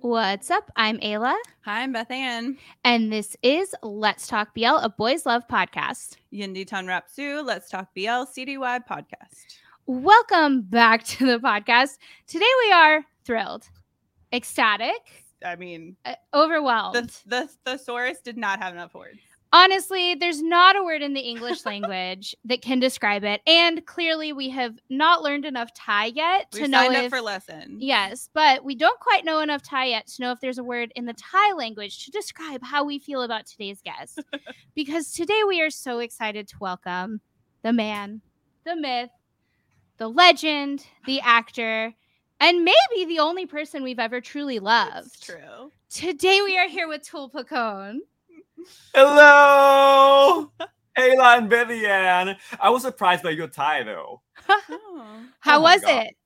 What's up? I'm Ayla, Hi, I'm Beth Ann. and this is Let's Talk BL, a boys' love podcast. Yindi Ton Rapsu, Let's Talk BL CDY podcast. Welcome back to the podcast. Today we are thrilled, ecstatic, I mean, uh, overwhelmed. the, the thesaurus did not have enough words. Honestly, there's not a word in the English language that can describe it, and clearly we have not learned enough Thai yet We to know signed if up for lessons. Yes, but we don't quite know enough Thai yet to know if there's a word in the Thai language to describe how we feel about today's guest. because today we are so excited to welcome the man, the myth, the legend, the actor, and maybe the only person we've ever truly loved. It's true. Today we are here with Tul Pacone. Hello, Ayla and Betty Ann. I was surprised by your tie though. Oh. How my was God. it?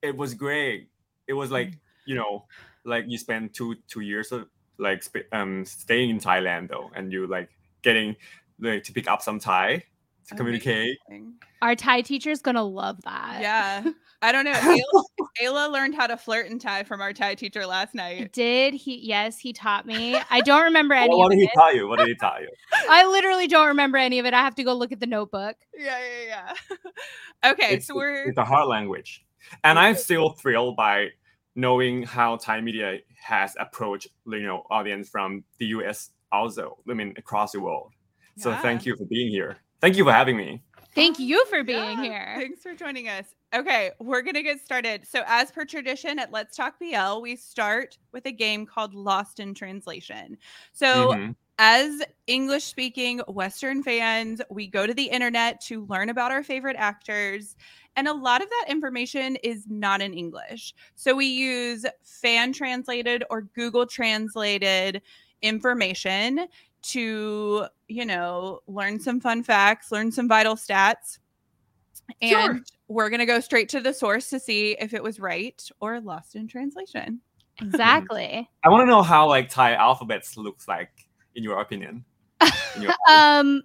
It was great. It was like you know, like you spend two two years of like sp- um staying in Thailand though, and you like getting like to pick up some Thai to communicate. Amazing. Our Thai teacher's gonna love that. Yeah. I don't know. Ayla, Ayla learned how to flirt and tie from our Thai teacher last night. Did he? Yes, he taught me. I don't remember any. What, what of did it. he tell you? What did he tell you? I literally don't remember any of it. I have to go look at the notebook. Yeah, yeah, yeah. okay, it's, so it's- we're it's a hard language, and I'm still thrilled by knowing how Thai media has approached you know audience from the U.S. also. I mean across the world. So thank you for being here. Thank you for having me. Thank Oh, you for being yeah, here. Thanks for joining us. Okay, we're going to get started. So, as per tradition at Let's Talk BL, we start with a game called Lost in Translation. So, Mhm. as English speaking Western fans, we go to the internet to learn about our favorite actors. And a lot of that information is not in English. So we use fan translated or Google translated information to, you know, learn some fun facts, learn some vital stats. Sure. And we're going to go straight to the source to see if it was right or lost in translation. Mm-hmm. Exactly. I want to know how like Thai alphabets looks like in your opinion. In your- Uh, Um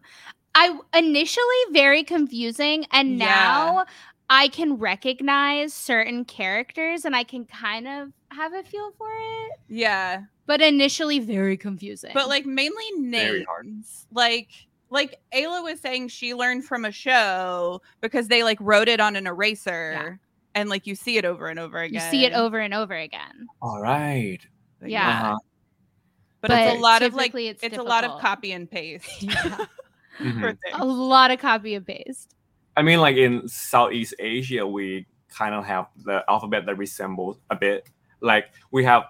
I initially very confusing and Yeah. now I can recognize certain characters and I can kind of have a feel for it, Yeah. but initially very confusing. but like mainly Very names hard. like like ayla was saying she learned from a show because they like wrote it on an eraser and like you see it over and over you again see it over and over again. All right. But yeah. Uh-huh. but, it's But a lot of like typically it's, it's a lot of difficult. copy and paste Yeah. Mhm. for things. a lot of copy and paste. I mean, like in Southeast Asia, we kind of have the alphabet that resembles a bit. Like we have,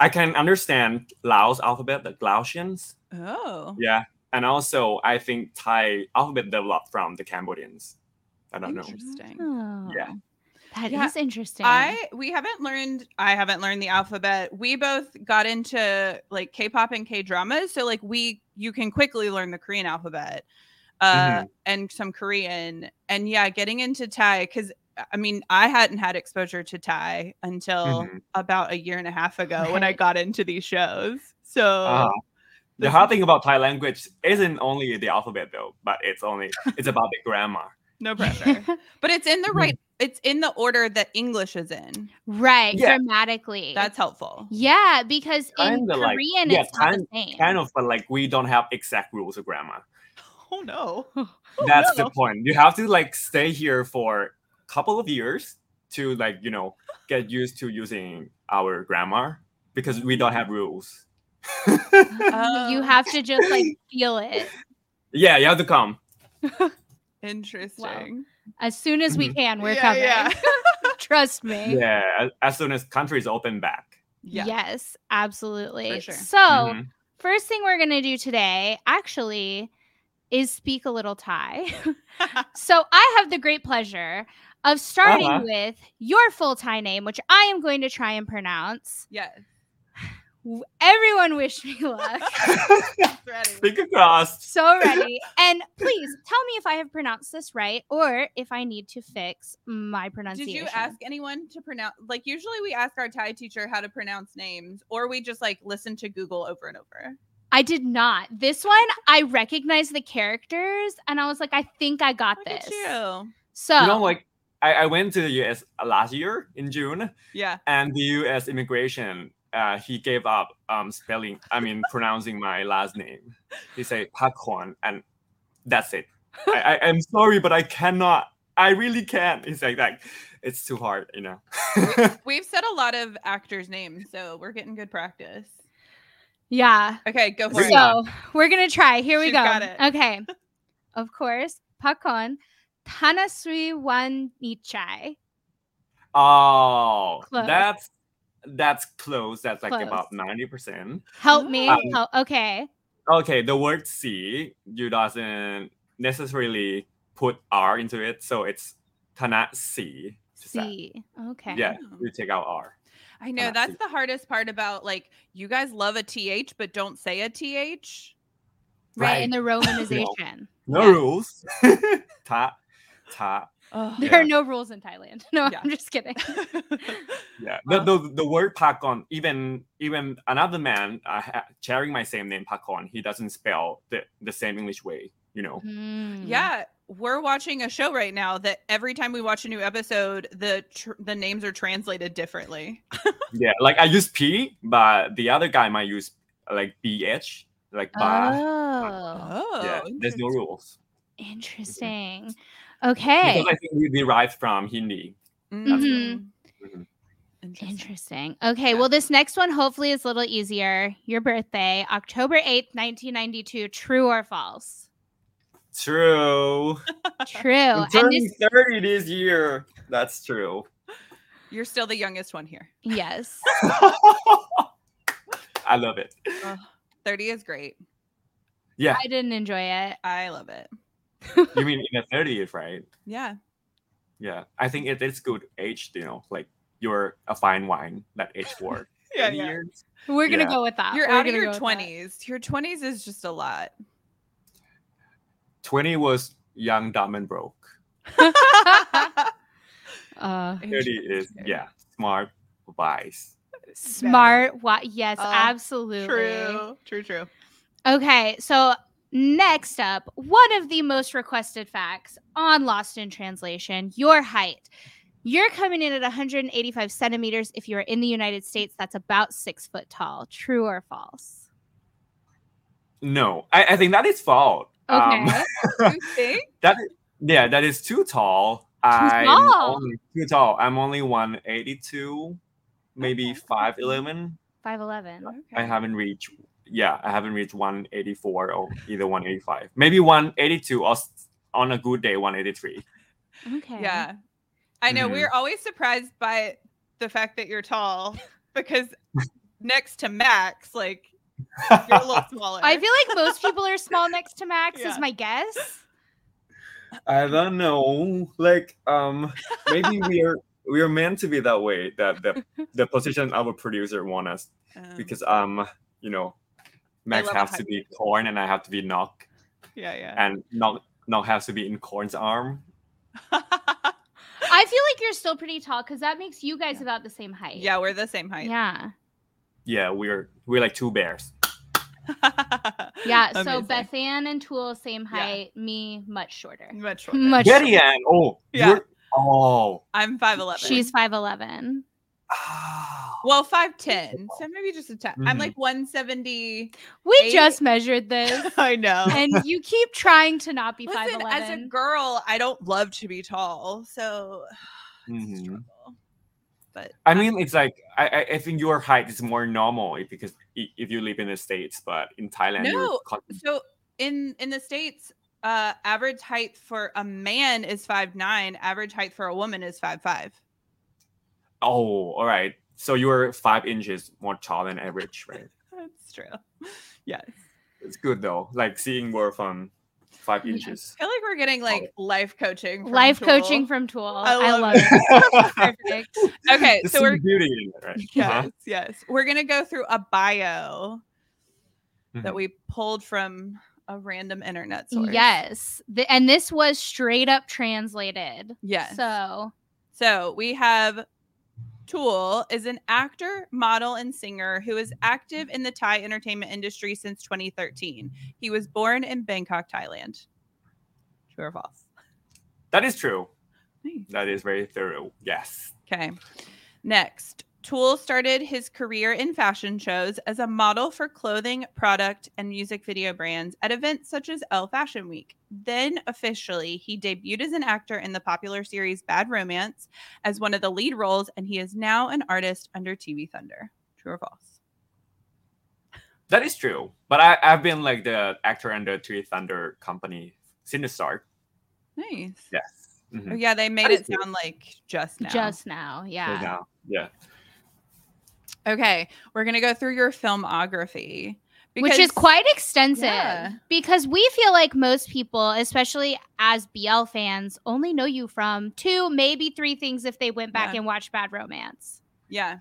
I can understand Laos alphabet, the Laotians. oh Yeah, and also I think Thai alphabet developed from the Cambodians. I don't know. interesting Oh. Yeah. that is Yeah, interesting. I we haven't learned I haven't learned the alphabet. We both got into like K-pop and K-dramas, so like we you can quickly learn the Korean alphabet. Uh Mm-hmm. and some Korean and yeah, getting into Thai cuz I mean, I hadn't had exposure to Thai until Mm-hmm. Mhm. about a year and a half ago when I Right. got into these shows. So Ah. Uh-huh. The this hard is- thing about Thai language isn't only the alphabet though, but it's only it's about the grammar. no pressure. but it's in the Mm-hmm. right it's in the order that English is in. right, Yeah. grammatically. That's helpful. yeah, because in Kinda like- Korean yeah, it's not kind- the same. Kind of, but like we don't have exact rules of grammar. Oh no. That's no. the point. You have to like stay here for a couple of years to like you know get used to using our grammar because we don't have rules. Um, you Oh. have to just like feel it yeah, you have to come. Interesting. as soon as we Mhm. can. We're Yeah, coming. yeah. Trust me. Yeah, as, as soon as countries open back. Yes, absolutely. sure. So, Oh. Mhm. first thing we're going to do today actually is speak a little Thai. so, I have the great pleasure of starting Uh-huh. with your full Thai name, which I am going to try and pronounce. Yes. W- Everyone wish me luck. It's ready. Mm-hmm. Fingers crossed. so ready. And please tell me if I have pronounced this right or if I need to fix my Did pronunciation. you ask anyone to pronounce? Like, usually we ask our Thai teacher how to pronounce names, or we just like listen to Google over and over. I did not. This one, I recognized the characters and I was like, I think I got Look this. at you. So, Oh. You know, like I, I went to the US last year in June, Yeah. and the US immigration uh, he gave up um, spelling, I mean, pronouncing my last name. He said Pakwon, and that's it. I, I, am sorry, but I cannot. I really can't. He's like, like it's too hard, you know. We've said a lot of actors' names, so we're getting good practice. Yeah. Okay, go for Bring it. it So we're gonna try. Here we She's go. got it. Okay. of course, Pakon Tanasui Wan Nichai. Oh, Close. that's that's close. That's like Close. about ninety percent. Help me. Um, Oh. Help. Okay. Okay, the word "see" you doesn't necessarily put R into it, so it's Tana see. Just that. See. Okay. Yeah, Oh. you take out R. I know not that's too- the hardest part about like you guys love a th but don't say a th. Right. In the Yeah. romanization. No Yeah. rules. ta, ta. There Yeah. are no rules in Thailand. No, Yeah. I'm just kidding. Yeah. The, the, the word Pakon, even even another man uh, ha- sharing my same name, Pakon, he doesn't spell the, the same English way, you know. Mm. Mm-hmm. yeah, we're watching a show right now that every time we watch a new episode, the tr- the names are translated differently. Yeah, like I use P, but the other guy might use uh, like BH, like ba. Oh, Oh, yeah, there's interesting. no rules. interesting. Okay. Because I think we derived from Hindi. Mhm. Mhm. Interesting. Mm-hmm. Interesting. Okay. Yeah. Well, this next one hopefully is a little easier. Your birthday, October 8th, 1992. True or false? True. True. Oh, I'm and turning this, 30 this year. That's true. You're still the youngest one here. yes. I love it. Thirty is great. Yeah, I didn't enjoy it. I love it. you mean in the 30s, right? Yeah. Yeah, I think it is good age, you know, like you're a fine wine, that age for 30 years. We're going to Yeah. go with that. You're Uh, We're out of gonna your go with that. twenties. Your twenties is just a lot. 20 was young, dumb, and broke. Uh, Mm, 30 is, yeah, smart, wise. smart. Wa- yes, Uh, absolutely. True. True. True. Okay, so next up, one of the most requested facts on Lost in Translation your height. You're coming in at 185 centimeters. If you're in the United States, that's about six foot tall. True or false? No, I, I think that is fault. Okay. You think? that yeah, that is too tall. I'm tall. only too tall. I'm only 182, maybe Okay. 5'11. 5'11. I Okay. haven't reached. Yeah, I haven't reached 184 or either 185. Maybe 182 or s- on a good day 183. Okay. Yeah. I Mm-hmm. know we're always surprised by the fact that you're tall because next to Max, like you're a little smaller. I feel like most people are small next to Max, Yeah. is my guess. I don't know. Like um, maybe we're we're meant to be that way. That the the position our producer want us Um, because um, you know, Max love a has to be corn and I have to be knock. yeah, yeah. and not not have to be in Corn's arm. I feel like you're still pretty tall because that makes you guys Yeah. about the same height. yeah, we're the same height. Yeah. Yeah, we're we're like two bears. Yeah. So Amazing. Beth Ann and Tool, same Yeah. height. Me, much shorter. much shorter. Much Betty Ann, oh, Yeah. you're, oh, I'm five eleven. She's 5'11. ah. well five ten. So maybe just a 10 i I'm Mhm. like one seventy. We Eight. just measured this. I know. and you keep trying to not be Listen, 5'11. as a girl, I don't love to be tall, so it's a Mhm. struggle. But I mean, it's like I, I I think your height is more normal if- because i- if you live in the states, but in Thailand, No. you're con- so in in the states, uh, average height for a man is five nine. Average height for a woman is five five. oh, all right. So you're five inches more tall than average, right? That's true. Yes, It's good though, like seeing more from five Yeah. inches. I feel like we're getting like life coaching. From Oh. Life Jewel. coaching from Tool. I I love love, it. it. okay, Perfect. Okay, so we're beauty in it, right? yes, Uh-huh. yes, we're gonna go through a bio that Mhm. we pulled from a random internet source. Yes. The, and this was straight up translated. yes. So, So we have Tool is an actor, model, and singer who is active in the Thai entertainment industry since 2013. He was born in Bangkok, Thailand. True or false? That is true. Nice. That is very thorough. Yes. Okay. Next, Tool started his career in fashion shows as a model for clothing, product, and music video brands at events such as Elle Fashion Week. Then, officially, he debuted as an actor in the popular series Bad Romance as one of the lead roles, and he is now an artist under TV Thunder. True or false? That is true. But I, I've been like the actor under TV Thunder company since the start. Nice. Yes. Mhm. Oh, yeah, they made That it is cool. sound like just now. Just now, So yeah. now- yeah. Okay, we're gonna go through your filmography, Which is quite extensive Yeah. because we feel like most people, especially as BL fans, only know you from two, maybe three things if they went back Yeah. and watched Bad Romance. yeah,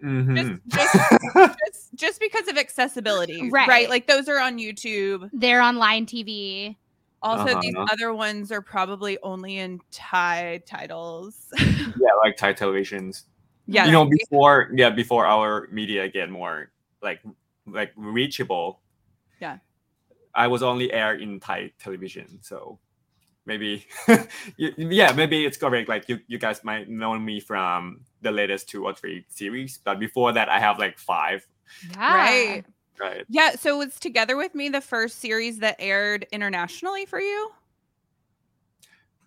just, Mhm. just, just just because of accessibility, Right. Like those are on YouTube. They're on line TV. Also, these Uh-huh. other ones are probably only in Thai titles. yeah, like Thai televisions. yeah, you know, before yeah, before our media get more like like reachable. Yeah. I was only aired in Thai television, so maybe y- yeah, maybe it's correct. Like you, you guys might know me from the latest two or three series, but before that, I have like five. Yeah. right. Right. Yeah, so it's together with me the first series that aired internationally for you.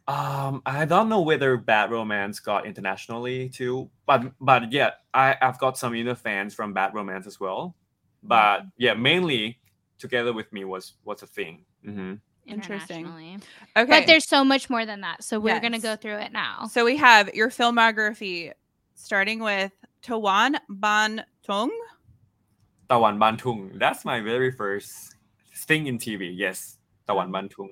Um, I don't know whether Bad Romance got internationally too, but but yeah, I I've got some inner fans from Bad Romance as well. Mm-hmm. But yeah, mainly together with me was what's a thing. Mm-hmm. hmm Interesting. internationally. Okay, But there's so much more than that. So we're going to Yes. go through it now. So we have your filmography, starting with Tawan Ban Tong. Tawan Bantung. That's my very first thing in TV. Yes, Tawan Bantung.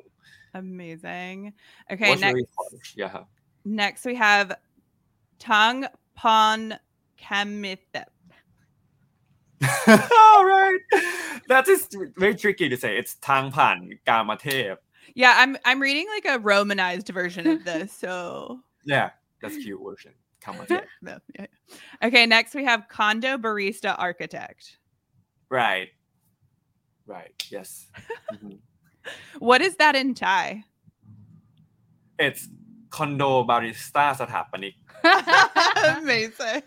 Amazing. Mm. Okay, was next, really harsh. Yeah. next we have Tang Pon Kamithep. All right. That is very tricky to say. It's Tang Pan Kamatep. Yeah, I'm I'm reading like a romanized version of this. So Yeah, that's cute version. Kamatep. no, yeah. okay, next we have Condo Barista Architect. right. Right. Yes. Mhm. What is that in Thai? it's condo barista สถาป นิก Hmm. Amazing.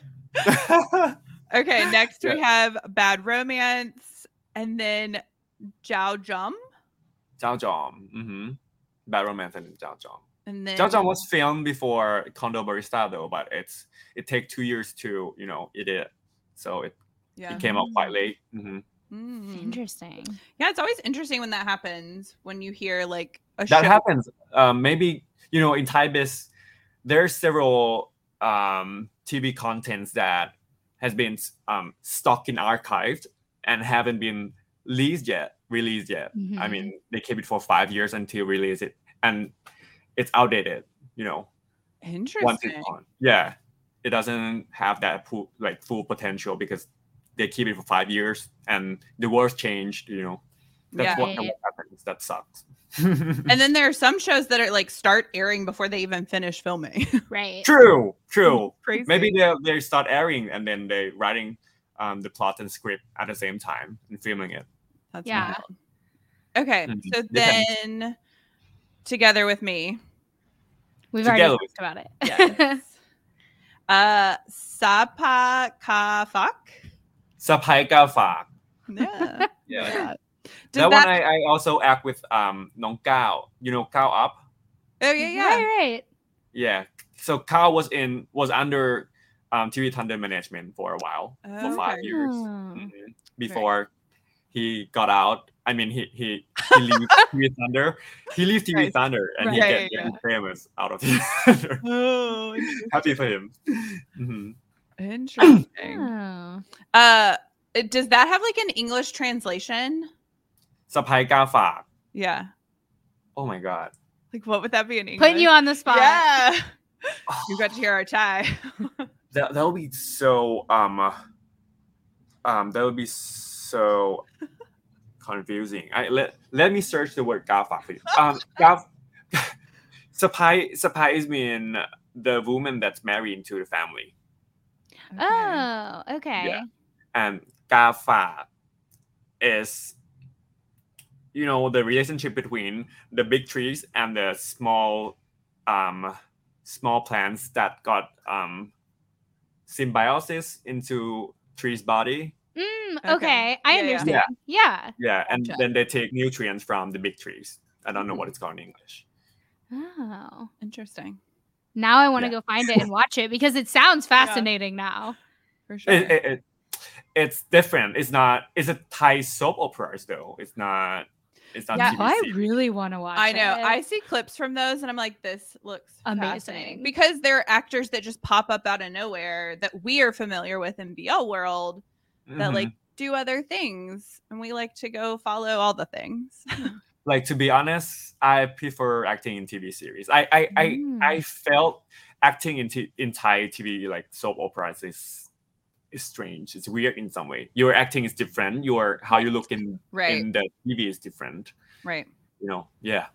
Okay, next we have Bad Romance and then Zhao Jum. เจ้าจอม mm-hmm. Bad Romance and เจ้าจอม And then เจ้าจอม was filmed before condo barista though but it's it take two years to you know it it so it, yeah. it came out quite late hmm Mm. Interesting. Yeah, it's always interesting when that happens when you hear like a that show. happens um, maybe you know in Thai biz there's several um, TV contents that has been um, stuck in archived and haven't been released yet released yet I Mhm. mean, they keep it for five years until release it, and it's outdated. You know, once it's Interesting. on, yeah, it doesn't have that full, like full potential because they keep it for five years and the world changed. You know, Yeah. that's what, Yeah. what happens. That sucks. And then there are some shows that are like start airing before they even finish filming. Right. true, Mm-hmm. true. Crazy. Maybe they they start airing and then they writing um, the plot and script at the same time and filming it. That's Yeah. wild. Okay. Mhm. So Depends. then together with me. We've Together. already talked about it. Yes. uh Sapa Ka Fak. Sapai Ka Fak. Yeah. Yeah. Did that, that, one I, I also act with um Nong Kao. You know Kao up. Oh yeah, yeah. Right, right. Yeah. So Kyle was in was under um, TV Thunder management for a while, for five Okay. years Oh. Mm-hmm. Mhm. before he got out. I mean, he he he leaves TV Thunder. He leaves TV Right. Thunder, and he Right. get Yeah, yeah, getting famous out of TV Thunder. Oh, interesting. Happy for him. Mhm. interesting. Oh. uh does that have like an English translation? Sapai Gafa. Yeah. Oh my god. Like what would that be in English? Putting you on the spot. Yeah. Oh, You got to hear our tie. that that would be so um uh, um that would be so confusing. I let let me search the word gafa for you. Um gaf Sapai Sapai is mean the woman that's married into the family. Oh, okay. And gafa is you know the relationship between the big trees and the small um small plants that got um symbiosis into tree's body. Mm, okay. Okay. I Yeah, yeah. understand. Yeah. yeah. Yeah, and Gotcha. Mm-hmm. then they take nutrients from the big trees. I don't know what it's called in English. Oh. Interesting. Now I want to Yeah. go find it and watch it because it sounds Yeah. fascinating now. For sure. It, it, it, it's different. It's not. It's a Thai soap opera, though. It's not. It's not. Yeah, TV I series. really want to watch I know. it. I see clips from those and I'm like, this looks Amazing. fascinating. Because there are actors that just pop up out of nowhere that we are familiar with in BL world that Mhm. like do other things. And we like to go follow all the things. like to be honest i prefer acting in tv series i i Mm. i, I felt acting in, t- in thai tv like soap operas is is strange it's weird in some way your acting is different your how you look in right. in the tv is different right. you know yeah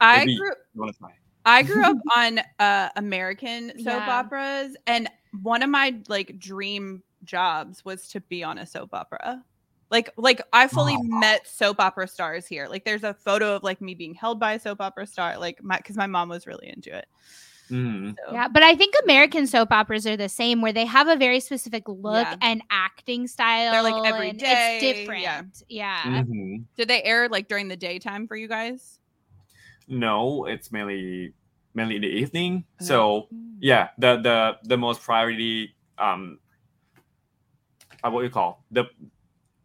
I maybe- grew you wanna try? I grew up on uh American soap Yeah. operas and one of my like dream jobs was to be on a soap opera. Like like I fully Wow. met soap opera stars here. Like there's a photo of like me being held by a soap opera star like my cuz my mom was really into it. Mhm. So Yeah, but I think American soap operas are the same, where they have a very specific look Yeah. and acting style. every and day, yeah. It's different. Yeah. Mhm. Did they air like during the daytime for you guys? no it's mainly mainly in the evening Oh. Mm. so yeah the the the most priority um uh, what you call the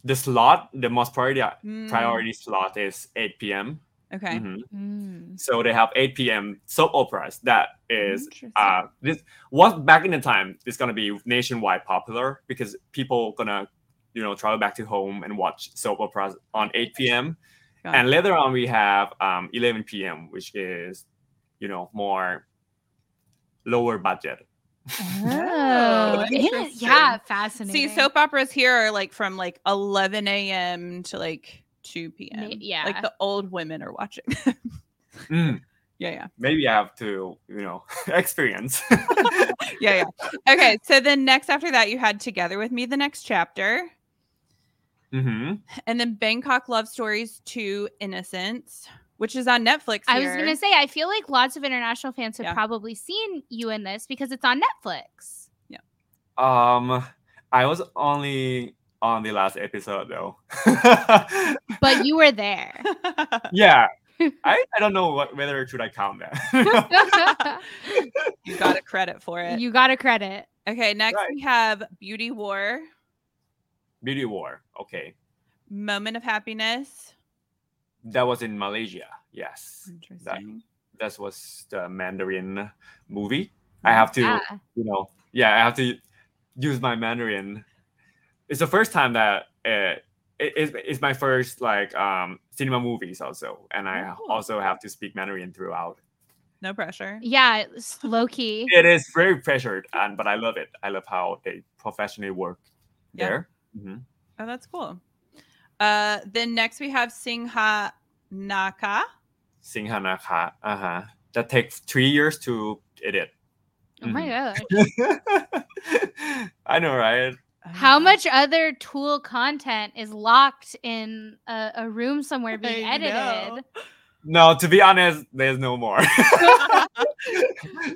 the slot the most priority uh, Mm, priority slot is 8 p.m. Okay. Mhm. Mm. So they have 8 p.m. soap operas that is Interesting. uh this what back in the time is gonna be nationwide popular because people gonna you know travel back to home and watch soap operas on 8 p.m. Got And later on we have um 11 p.m. which is you know more lower budget. Oh, it- Oh, interesting. yeah, fascinating. See, soap operas here are like from like 11 a.m. to like 2 p.m. yeah. Like the old women are watching. Mm, yeah, yeah. maybe I have to you know experience. Yeah, yeah. Okay. So then next after that, you had Together with Me, the next chapter. hmm And then Bangkok Love Stories 2 Innocence, which is on Netflix. I was here. gonna say, I feel like lots of international fans have Yeah. probably seen you in this because it's on Netflix. Um, I was only on the last episode though. But you were there. yeah, I, I don't know what, whether should I count that. you got a credit for it. you got a credit. okay. Next, Right. we have Beauty War, Beauty War. Okay, Moment of Happiness. that was in Malaysia. Yes, Interesting. that was the Mandarin movie. I have to, Yeah. you know, yeah, I have to use my Mandarin. It's the first time that uh, it, it's, it's my first like um cinema movies also, and I Oh, cool. also have to speak Mandarin throughout. No pressure. Yeah, low key. it is very pressured and but i love it i love how they professionally work Yeah. there Mhm. Oh, that's cool. Uh, then next we have Singha Naka. singhanaka uh-huh that takes three years to edit Oh my gosh. i know right How Uh-huh. much other tool content is locked in a, a room somewhere being I know. edited? no to be honest there's no more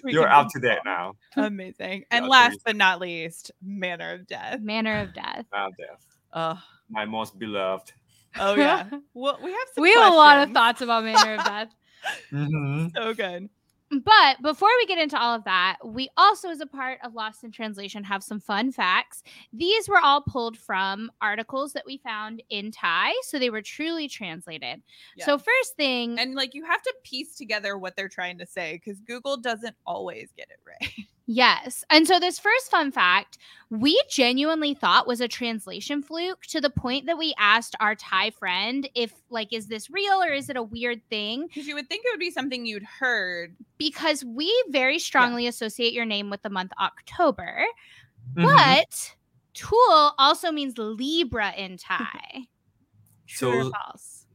We you're can up move to date on. now Amazing. And Yeah, last seriously. but not least, Manner of Death. Manner of death. Now there. Oh, my most beloved oh yeah. well, we have some we have a lot of questions. thoughts about manner of death. Mhm. So good. But before we get into all of that, we also, as a part of Lost in Translation, have some fun facts. These were all pulled from articles that we found in Thai, so they were truly translated. So, Yeah. first thing, and like you have to piece together what they're trying to say because Google doesn't always get it right. Yes. And so this first fun fact, we genuinely thought was a translation fluke to the point that we asked our Thai friend if like is this real or is it a weird thing? Because you would think it would be something you'd heard. Because we very strongly associate your name with the month October, Mm-hmm. Mhm. but tool also means Libra in Thai. True or So- false?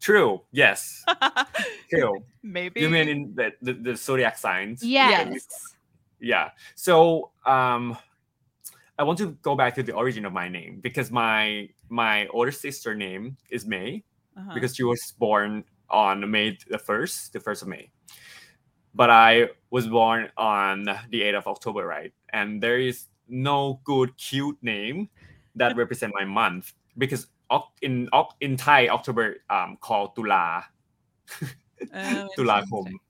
true yes true Maybe. you mean in the the, the zodiac signs Yes. yeah so um i want to go back to the origin of my name because my my older sister name is may Uh-huh. because she was born on may the 1st the 1st of may but i was born on the 8th of october right and there is no good cute name that represent my month because Oc- in Oc- in Thai October um called Tula Oh, Tulakom. interesting.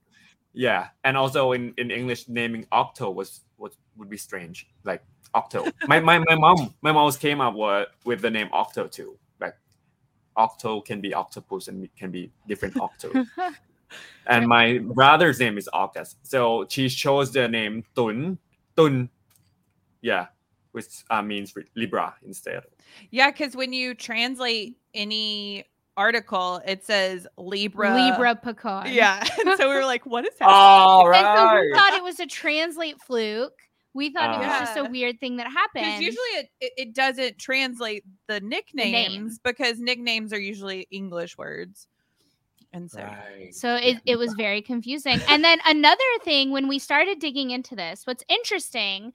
Yeah, and also in, in English, naming Octo was what would be strange, like Octo. my, my my mom my mom always came up with, with the name Octo too. Like Octo can be octopus and can be different Octo. and my brother's name is August, so she chose the name Tun Tun. Yeah, which uh, means Libra instead. Yeah, because when you translate any article, it says Libra. Libra pecan. Yeah. And so we were like, what is happening? All And so we right. thought it was a translate fluke. We thought it was just a Yeah. weird thing that Because happened. usually it, it, it doesn't translate the nicknames because nicknames are usually English words. And so Right. So it, it was very confusing. And then another thing, when we started digging into this, what's interesting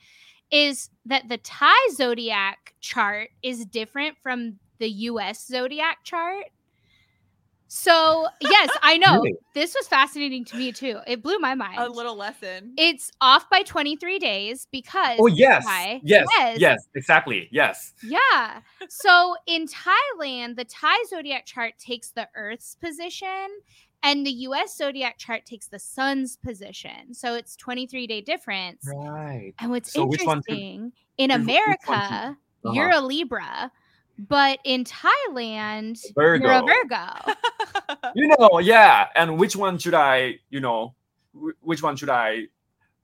is that the Thai zodiac chart is different from the US zodiac chart. So, yes, I know. Really? This was fascinating to me too. It blew my mind. a little lesson. it's off by 23 days because Oh yes, Thai yes, says- yes, exactly, yes. Yeah. So in Thailand, the Thai zodiac chart takes the Earth's position, and the US zodiac chart takes the sun's position. So it's 23 day difference. Right. And what's So which one to- interesting in which- which one Uh-huh. to- America, you're a Libra, but in Thailand, you're a Virgo. Virgo. You know, yeah. And which one should I, you know, wh- which one should I,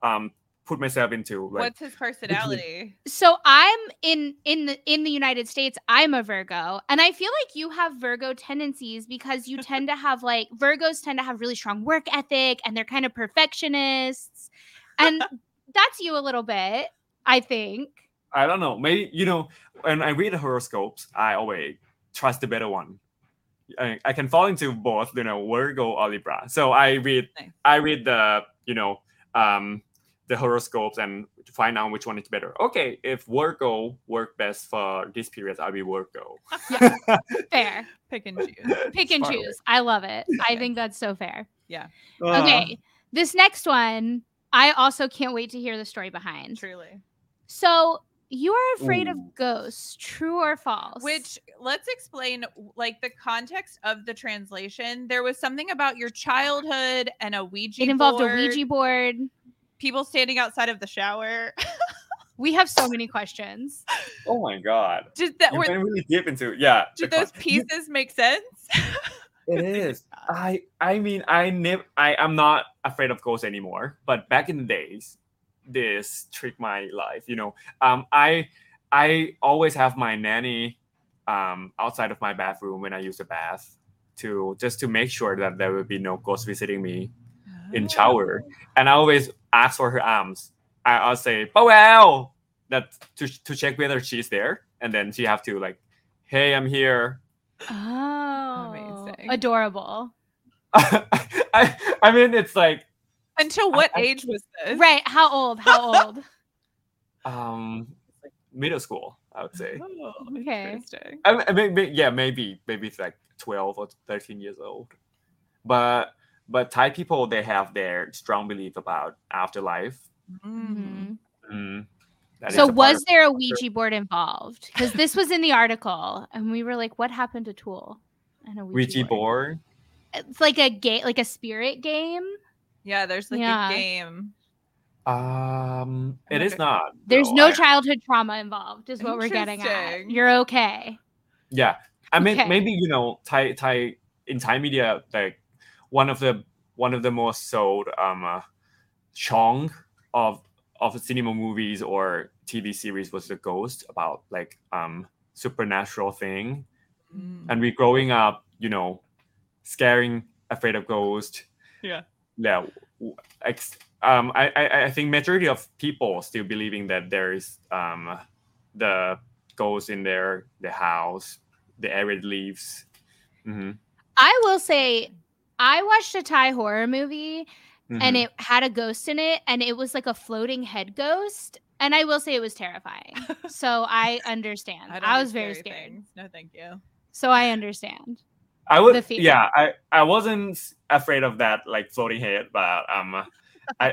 um, put myself into? Like, What's his personality? so I'm in in the in the United States, I'm a Virgo, and I feel like you have Virgo tendencies because you tend to have like Virgos tend to have really strong work ethic and they're kind of perfectionists. And that's you a little bit, I think. I don't know. Maybe you know, when I read horoscopes, I always trust the better one. I, I can fall into both, you know, Virgo or Libra. So I read, Nice. I read the, you know, um, the horoscopes and to find out which one is better. Okay, if Virgo work best for this period, I'll be Virgo. Fair. Pick and choose. Pick and Smart way. choose. I love it. I Yeah. Uh-huh. think that's so fair. Uh, Okay. This next one, I also can't wait to hear the story behind. Truly. So you're afraid Ooh. of ghosts, true or false? Which let's explain like the context of the translation. There was something about your childhood and a Ouija it involved board, a Ouija board. people standing outside of the shower. We have so many questions. Oh my god. Did that You were went really deep into yeah. did the Uh, those con- You- pieces make sense? It is. I I mean I never I am not afraid of ghosts anymore. But back in the days, this tricked my life. You know, um, I I always have my nanny um outside of my bathroom when I use the bath to just to make sure that there will be no ghosts visiting me in shower. And I always ask for her arms. I I'll say Powell that to to check whether she's there, and then she have to like, hey, I'm here. Oh, Amazing. adorable. I, I mean, it's like, Until what I- age was this? Right. How old? How old? um, middle school, I would say. Oh, Okay. interesting. I mean, I mean, may- yeah, maybe, maybe it's like 12 or 13 years old. But, but Thai people, they have their strong belief about afterlife. Mm-hmm. Mhm. Mm, that is So, a part was of- there a Ouija board involved? Because this was in the article, and we were like, "What happened to Tool?" And a Ouija board? It's like a gate, like a spirit game. Yeah, there's like Yeah. a game. Um, it I'm is okay. not. There's though. no I- childhood trauma involved, is what we're getting at. Interesting. You're okay. Yeah, I mean, Okay. maybe you know, Thai Thai in Thai media, like one of the one of the most sold um uh, song of of cinema movies or TV series was the Ghost about like um supernatural thing, Mm. and we growing up, you know, scaring, afraid of ghost. Yeah. Yeah. w- Ex- um, I, I I think majority of people still believing that there is um the ghost in their the house, the arid leaves. hmm I will say, I watched a Thai horror movie Mm-hmm. and Mm-hmm. it had a ghost in it and it was like a floating head ghost and i will say it was terrifying so i understand i, don't do was very scary scared things. No, thank you. so i understand I would the fear. yeah I I wasn't afraid of that like floating head, but um I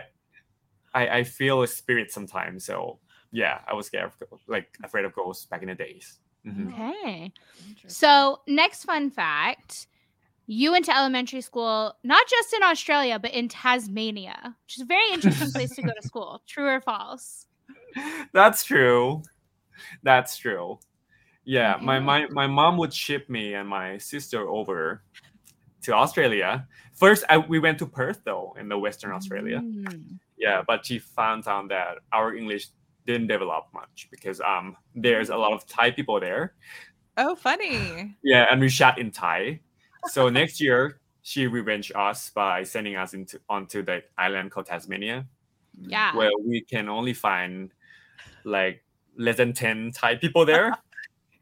I, I feel a spirit sometimes. So yeah, I was scared, of, like afraid of ghosts back in the days. Mhm. Okay. Interesting. So, next fun fact you went to elementary school, not just in Australia, but in Tasmania, which is a very interesting place to go to school. True or false? That's true. That's true. Yeah, my, Okay. my my mom would ship me and my sister over to Australia. First, I, we went to Perth though in the Western Australia. Mm. Yeah, but she found out that our English didn't develop much because um there's a lot of Thai people there. Oh, funny. Yeah, and we shot in Thai. So next year she revenged us by sending us into onto the island called Tasmania, Yeah. where we can only find like less than ten Thai people there.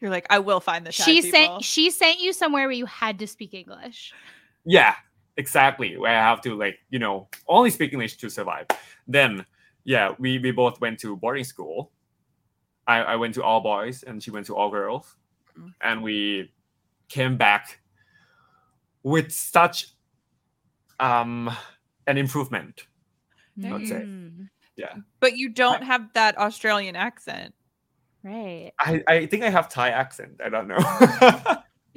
You're like, I will find the Thai she people. sent she sent you somewhere where you had to speak English. Yeah, exactly. Where I have to like, you know, only speak English to survive. Then, yeah, we we both went to boarding school. I I went to all boys and she went to all girls, Mhm. and we came back with such um an improvement. I would say. Mm, but you don't have that Australian accent. Right. I I think I have Thai accent. I don't know. You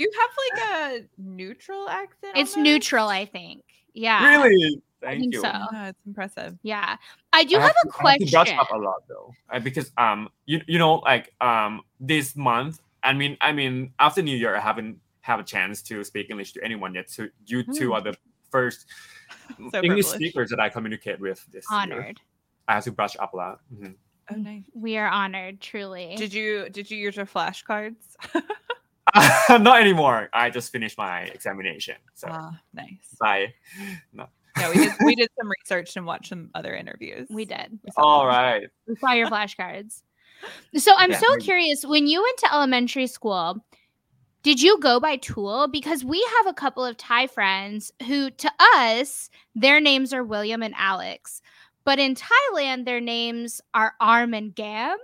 have like a neutral accent. It's almost? neutral, I think. Yeah. really? Thank think you. so. Yeah, Oh, it's impressive. Yeah. I do I have, a to- I have question. to brush up a lot though, Uh, because um, you you know, like um, this month. I mean, I mean, after New Year, I haven't have a chance to speak English to anyone yet. So you two Mm. are the first So English privileged. speakers that I communicate with this year. honored. I have to brush up a lot. Mhm. Oh, Mm. nice. We are honored, truly. Did you did you use your flashcards? Mm-hmm. Not anymore. I just finished my examination. So Ah, nice. bye. Yeah, we did we did some research and watched some other interviews. we did. We saw All them. right. We saw your flashcards. So I'm Yeah, so maybe. curious. When you went to elementary school, did you go by Tool? Because we have a couple of Thai friends who, to us, their names are William and Alex. But in Thailand, their names are Arm and Gam.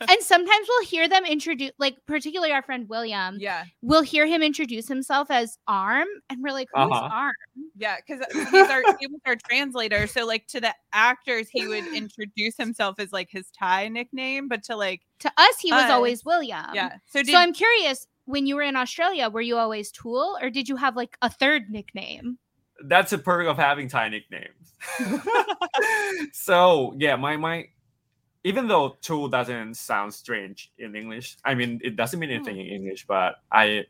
and sometimes we'll hear them introduce, like, particularly our friend William, Yeah, we'll hear him introduce himself as Arm. And we're like, who's Uh-huh. Arm? yeah, because he's our he was our translator. So like to the actors, he would introduce himself as like his Thai nickname, but to like To us, he was Us. always William. yeah. So did Um, so I'm curious, when you were in Australia, were you always Tool or did you have like a third nickname? that's a perk of having Thai nicknames. so yeah, my my even though tool doesn't sound strange in English, I mean it doesn't mean anything Hmm. in English, but I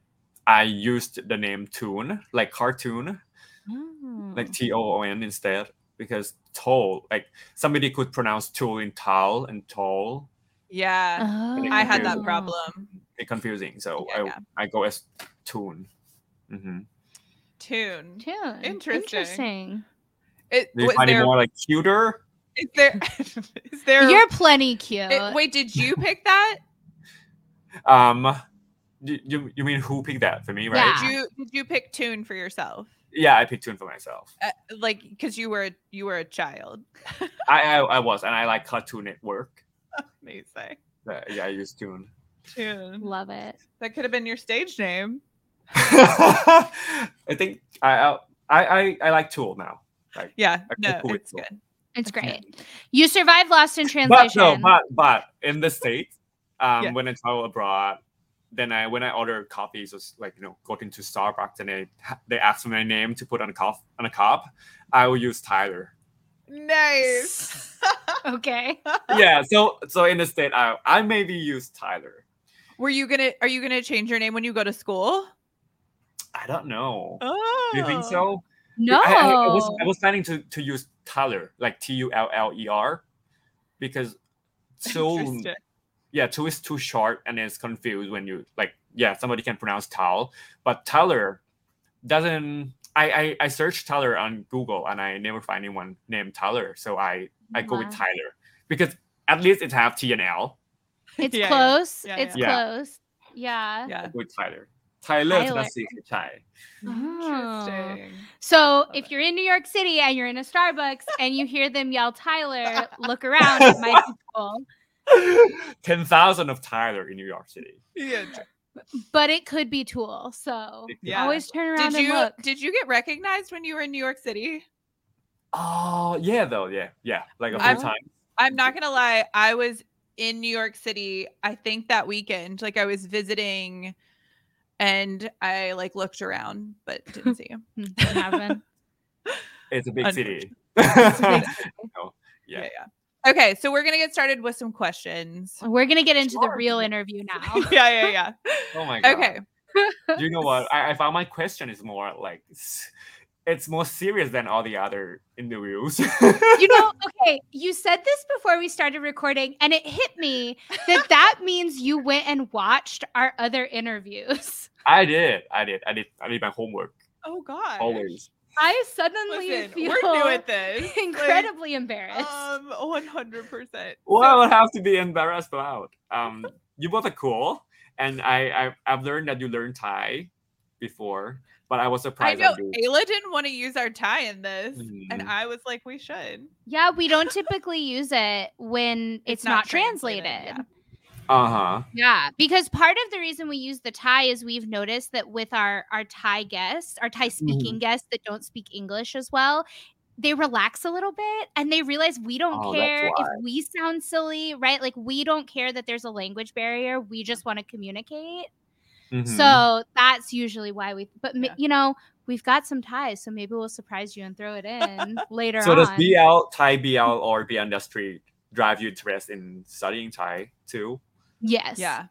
I used the name Toon, like cartoon, like Hmm. T O O N instead, because toll, like somebody could pronounce tool in towel and toll. yeah, Oh. I had that problem It's confusing. So Yeah, I yeah. I go as Toon. hmm tune. too. Interesting. Interesting. It, Do you was find there, it more like cuter? is there is there You're plenty cute. it- wait, did you pick that? Um, you, you you mean who picked that for me, right? Yeah. Did you did you pick tune for yourself? Yeah, I picked Toon for myself. Uh, like because you were you were a child. I, I I was, and I like Cartoon Network. Amazing. Uh, yeah, I use Toon. Tune. Love it. That could have been your stage name. I think I I I, I like Tool now. Yeah, Okay, no, cool, it's cool. good. It's Okay. great. You survived Lost in But no, Translation. but but in the states, um, Yeah. when I travel abroad, then I when I order coffees, just like you know, go into Starbucks and they they ask for my name to put on a cup on a cup, I will use Tyler. Nice. okay. yeah, so so in the state, I I maybe use Tyler. Were you gonna? Are you gonna change your name when you go to school? I don't know. Oh, Do you think so? No. I, I, I was I was planning to to use Tyler like T U L L E R because so Interesting. yeah two is too short and it's confused when you like yeah somebody can pronounce Tal but Tyler doesn't I I, I searched Tyler on Google and I never find anyone named Tyler so I I go with Wow. Tyler because at least it have T and L It's Yeah, yeah. close. Yeah, it's yeah. Yeah. close. Yeah. I Yeah. go with Tyler Tyler, Tyler. that's it, Chai. Oh. Interesting. So Love if it. you're in New York City and you're in a Starbucks and you hear them yell Tyler, look around. It might be cool. ten thousand of Tyler in New York City Yeah. but it could be Tool. So It could Yeah. always turn around Did you and look. did you get recognized when you were in New York City? Oh yeah, though yeah yeah like a I'm- few times. I'm not gonna lie, I was in New York City, I think that weekend. Like I was visiting and I like looked around but didn't see him. Hmm, it happened. It's a big city. big No, yeah. yeah. Okay, so we're gonna get started with some questions. We're gonna get into the Sure. real interview now. yeah, yeah, Oh my yeah. god. Okay. Do you know what? I, I found my question is more like s- it's more serious than all the other interviews. you know, okay, you said this before we started recording, and it hit me that that means you went and watched our other interviews. I did. I did. I did. I did my homework Oh god. always. I suddenly Listen, feel we're new at this. Like, incredibly embarrassed. um 100%. Well, I would have to be embarrassed about. Um, you both are cool, and I, I I've learned that you learned Thai before, but I was I surprised. know do. Ayla didn't want to use our tie in this, and Mhm. I was like, we should. yeah, we don't typically use it when it's, not not, translated, translated. Uh huh. Yeah, because part of the reason we use the Thai is we've noticed that with our our Thai guests, our Thai Mm-hmm. speaking guests that don't speak English as well, they relax a little bit and they realize we don't Oh, that's care if why. we sound silly, right? Like we don't care that there's a language barrier. We just want to communicate. Mm-hmm. So that's usually why we. But ma- Yeah. you know, we've got some ties, so maybe we'll surprise you and throw it in later So on. does BL Thai BL or BL industry drive you interest in studying Thai too? yes. Yeah.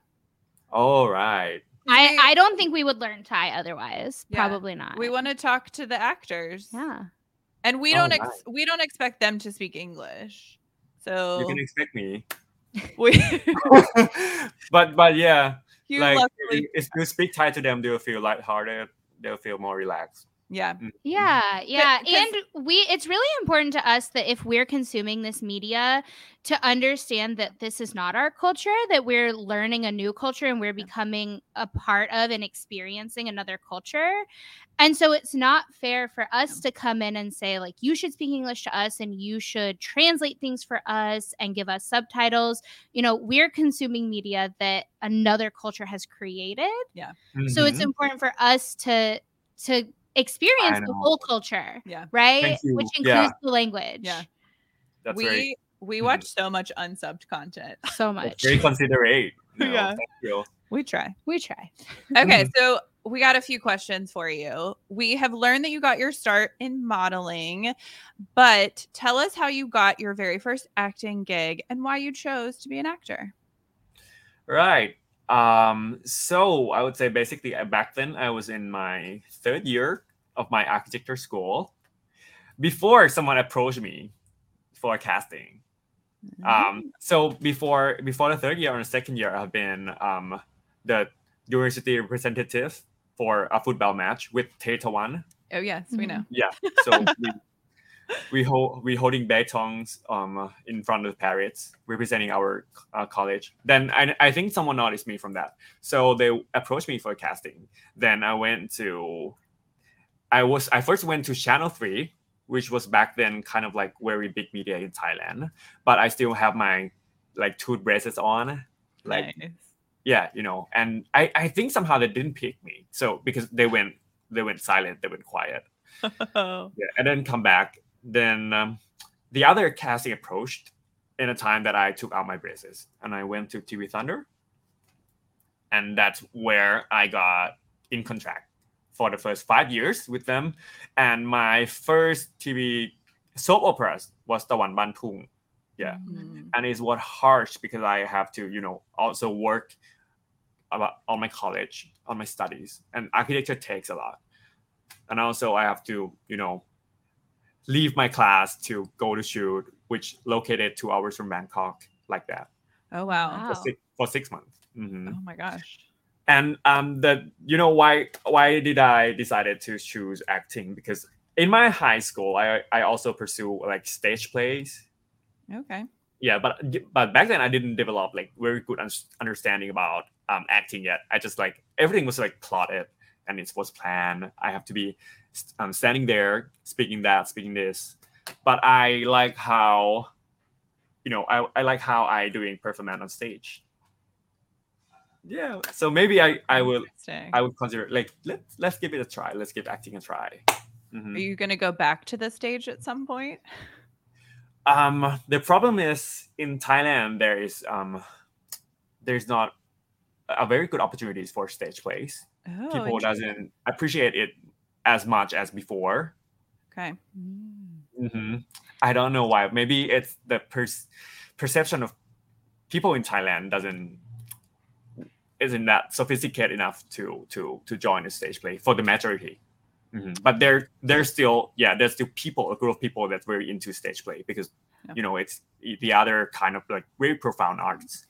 All right. I We- I don't think we would learn Thai otherwise. Yeah. Probably not. We want to talk to the actors. Yeah. And we Oh, don't ex- nice. we don't expect them to speak English. So You can expect me. we but but yeah, you like luckily if you speak Thai to them, they'll feel lighthearted. They'll feel more relaxed. yeah. Yeah, yeah. 'cause- and we it's really important to us that if we're consuming this media to understand that this is not our culture, that we're learning a new culture and we're becoming a part of and experiencing another culture. And so it's not fair for us to come in and say like you should speak English to us and you should translate things for us and give us subtitles. You know, we're consuming media that another culture has created so it's Mhm. important for us to to experience the know. whole culture Yeah. right you. which includes Yeah. the language Yeah. that's we very we Mhm. watch so much unsubbed content. so that's much very considerate. you know, Yeah. Thank you. We try. we try Okay, so we got a few questions for you. We have learned that you got your start in modeling, but tell us how you got your very first acting gig and why you chose to be an actor. Right. Um, so I would say basically uh, back then I was in my third year of my architecture school before someone approached me for a casting. Ah. Um, so before before the third year or the second year, I've been um, the university representative for a football match with Taiwan. oh yes, we know. So we, we hold we holding batons um in front of the parrots representing our uh, college. Then I I think someone noticed me from that, so they approached me for casting. Then I went to, I was I first went to Channel Three, which was back then kind of like very big media in Thailand. But I still have my like two braces on, like Nice. yeah you know and i i think somehow they didn't pick me so because they went they went silent they went quiet Oh, yeah, and then come back. Then um, the other casting approached in a time that I took out my braces and I went to TV Thunder, and that's where I got in contract for the first five years with them. And my first TV soap operas was the one Ban Tung, Yeah. Mm-hmm. Mhm. and it's what harsh because I have to you know also work about on my college on my studies and architecture takes a lot and also I have to you know leave my class to go to shoot which located two hours from Bangkok like that Oh wow. Wow. for, six, for six months Mhm Oh my gosh. and um the you know why why did i decided to choose acting because in my high school i i also pursue like stage plays Okay. yeah but but back then i didn't develop like very good un- understanding about um acting yet i just like everything was like plotted and it was planned i have to be st- um, standing there speaking that speaking this but i like how you know i, I like how i doing performance on stage yeah so maybe i i will Interesting. I would consider like let's let's give it a try. Let's give acting a try. Mhm. Are you going to go back to the stage at some point? Um, the problem is in Thailand there is um, there's not a very good opportunities for stage plays. Oh, People interesting. doesn't appreciate it as much as before. Okay. Mm. hmm I don't know why. Maybe it's the per- perception of people in Thailand doesn't isn't that sophisticated enough to to to join a stage play for the majority. Mhm. But there there's still yeah there's still people a group of people that's very into stage play because Yeah. you know it's the other kind of like very profound arts.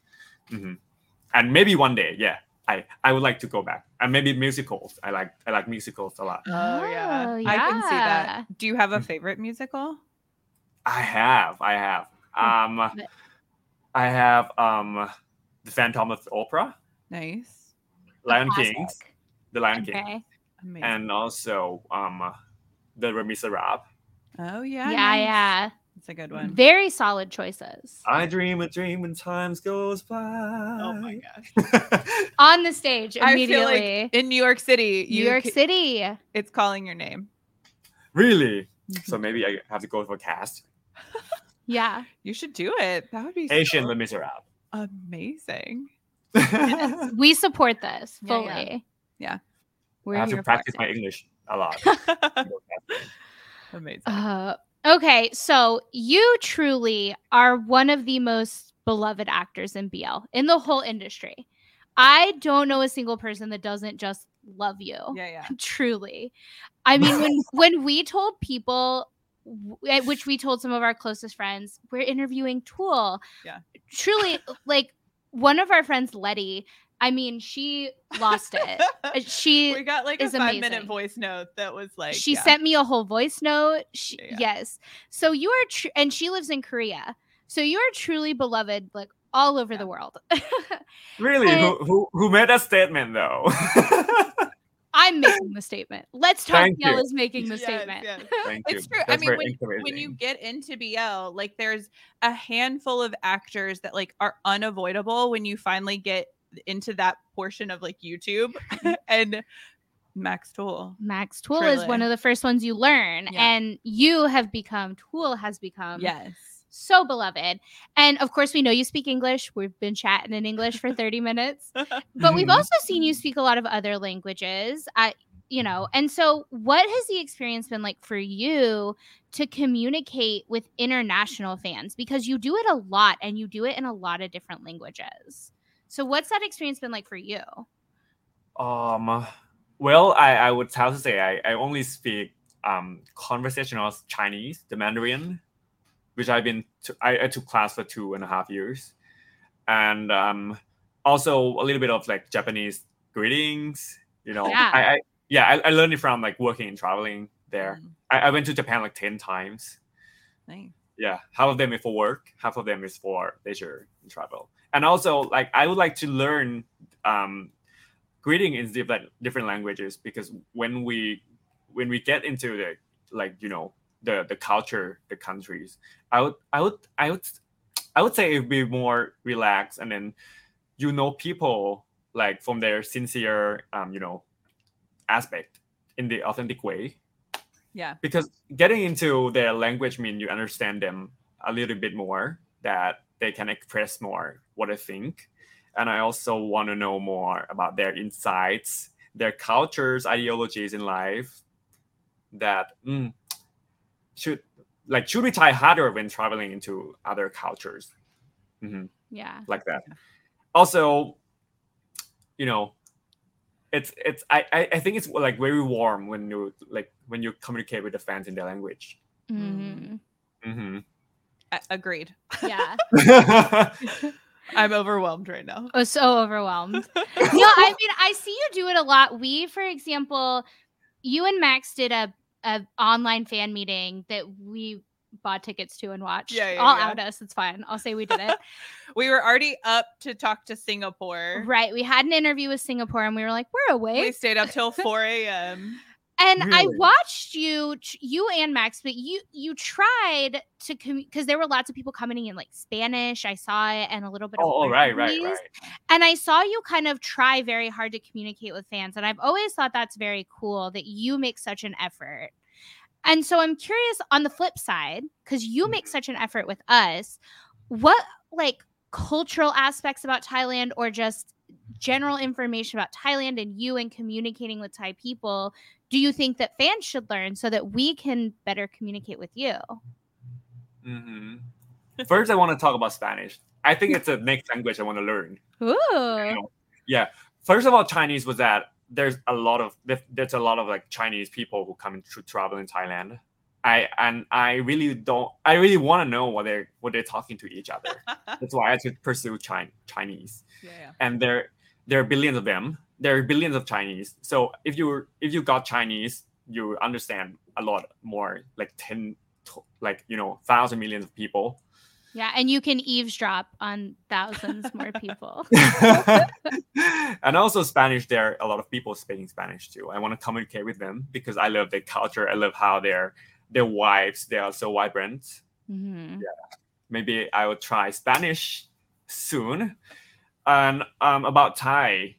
Mhm. And maybe one day yeah I I would like to go back and maybe musicals I like I like musicals a lot. Oh, yeah. Oh, I can see yeah. that. Do you have a Mhm. favorite musical? I have. I have. Hmm. Um, but- I have um, the Phantom of the Opera, Nice. Lion Classic. King, the Lion King, Okay. Amazing. and also um, the Remis Arab. oh Yeah, yeah. nice. yeah. That's a good one. Very solid choices I dream a dream when times goes by. Oh my gosh. on the stage I feel immediately. like in New York City, New you York ca- City. it's calling your name. Really? So maybe I have to go for a cast. Yeah. You should do it. That would be so Asian Les Miserables. amazing. I We support this Yeah, fully. yeah. Yeah. We're have to here for practice it. my English a lot. amazing. Uh, okay, so you truly are one of the most beloved actors in BL in the whole industry. I don't know a single person that doesn't just love you. yeah, yeah. Truly. I mean, when when we told people, w- at which we told some of our closest friends, we're interviewing Tool. Yeah. Truly, like one of our friends, Letty. I mean, she lost it. Uh, She we got like a is five minute amazing. voice note that was like she yeah. sent me a whole voice note. She, Yeah, yeah. Yes. So you are, tr- and she lives in Korea. So you are truly beloved, like all over Yeah. the world. Really? Who, who who made that statement though? I'm making the statement. Let's talk. Thank Yell you. is making the Yes, statement. yes. Thank you. It's true. I That's mean, very when you encouraging. get into BL, like there's a handful of actors that like are unavoidable when you finally get into that portion of like YouTube and Max Tool. Max Tool is Truly. one of the first ones you learn, Yeah. and you have become Tool has become yes. so beloved. And of course, we know you speak English. We've been chatting in English for 30 minutes. but we've Mhm. also seen you speak a lot of other languages I, you know and so what has the experience been like for you to communicate with international fans because you do it a lot and you do it in a lot of different languages so what's that experience been like for you Um, well, I, I would have to say I, I only speak um, conversational Chinese, the Mandarin, which I've been to, I, I took class for two and a half years, and um, also a little bit of like Japanese greetings. You know, Yeah. I, I yeah I, I learned it from like working and traveling Mm. there. I, I went to Japan like ten times. Nice. Yeah, half of them is for work, half of them is for leisure and travel. And also, like, I would like to learn um, greeting in different different languages because when we when we get into the like you know the the culture, the countries, I would I would I would I would say it would be more relaxed, and then you know people like from their sincere um, you know aspect in the authentic way Yeah. because getting into their language mean you understand them a little bit more that they can express more what they think and i also want to know more about their insights their cultures ideologies in life that mm, should like should we try harder when traveling into other cultures Mhm yeah like that. Yeah. Also, you know, it's it's I I I think it's like very warm when you like when you communicate with the fans in their language. Mhm. hmm A- agreed. yeah I'm overwhelmed right now. I was Oh, so overwhelmed no, I mean I see you do it a lot. We, for example, you and Max did a, a online fan meeting that we bought tickets to and watched. Yeah, yeah, I'll yeah. out us. It's fine. I'll say we did it. we were already up to talk to Singapore. right. We had an interview with Singapore and we were like, we're We awake. stayed up till 4 a.m. And I Really? watched you, tr- you and Max, but you you tried to because there were lots of people coming in like Spanish. I saw it and a little bit. oh, of oh, right, right, Portuguese. right. and I saw you kind of try very hard to communicate with fans, and I've always thought that's very cool that you make such an effort. And so I'm curious on the flip side, because you make such an effort with us, what like cultural aspects about Thailand or just general information about Thailand and you and communicating with Thai people do you think that fans should learn so that we can better communicate with you? hmm First, I want to talk about Spanish. I think it's the next language I want to learn. Ooh. You know, yeah. First of all, Chinese was that there's a lot of there- there's a lot of like Chinese people who come to travel in Thailand. I and I really don't. I really want to know what they're what they're talking to each other. That's why I should pursue Chin- Chinese. yeah. And there there are billions of them. There are billions of Chinese. So if you if you got Chinese, you understand a lot more. Like ten, to- like you know, thousand millions of people. Yeah, and you can eavesdrop on thousands more people. and also Spanish. There are a lot of people speaking Spanish too. I want to communicate with them because I love their culture. I love how their their wives they are so vibrant. Mhm. Maybe I will try Spanish soon. And um, about Thai,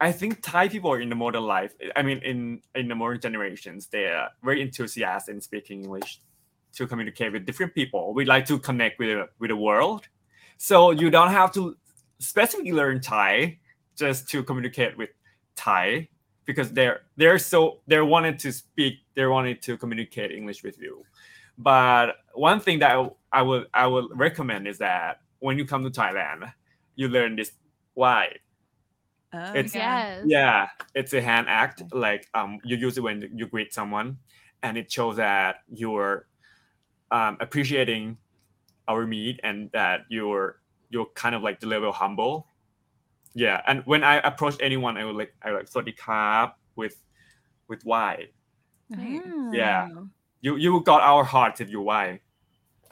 I think Thai people in the modern life. I mean, in in the modern generations, they are very enthusiastic in speaking English to communicate with different people. We like to connect with the- with the world. So you don't have to specifically learn Thai just to communicate with Thai because they're they're so they're wanted to speak they're wanted to communicate English with you. But one thing that I, I would I would recommend is that when you come to Thailand, you learn this why. Oh, It's- yeah. Yes. Yeah, it's a hand act. Like um, you use it when you greet someone, and it shows that you're um, appreciating our meat and that you're you're kind of like the level humble. Yeah, and when I approach anyone, I would like I would like sorry kap with with why Nice. Yeah. Oh, you you got our hearts if you why.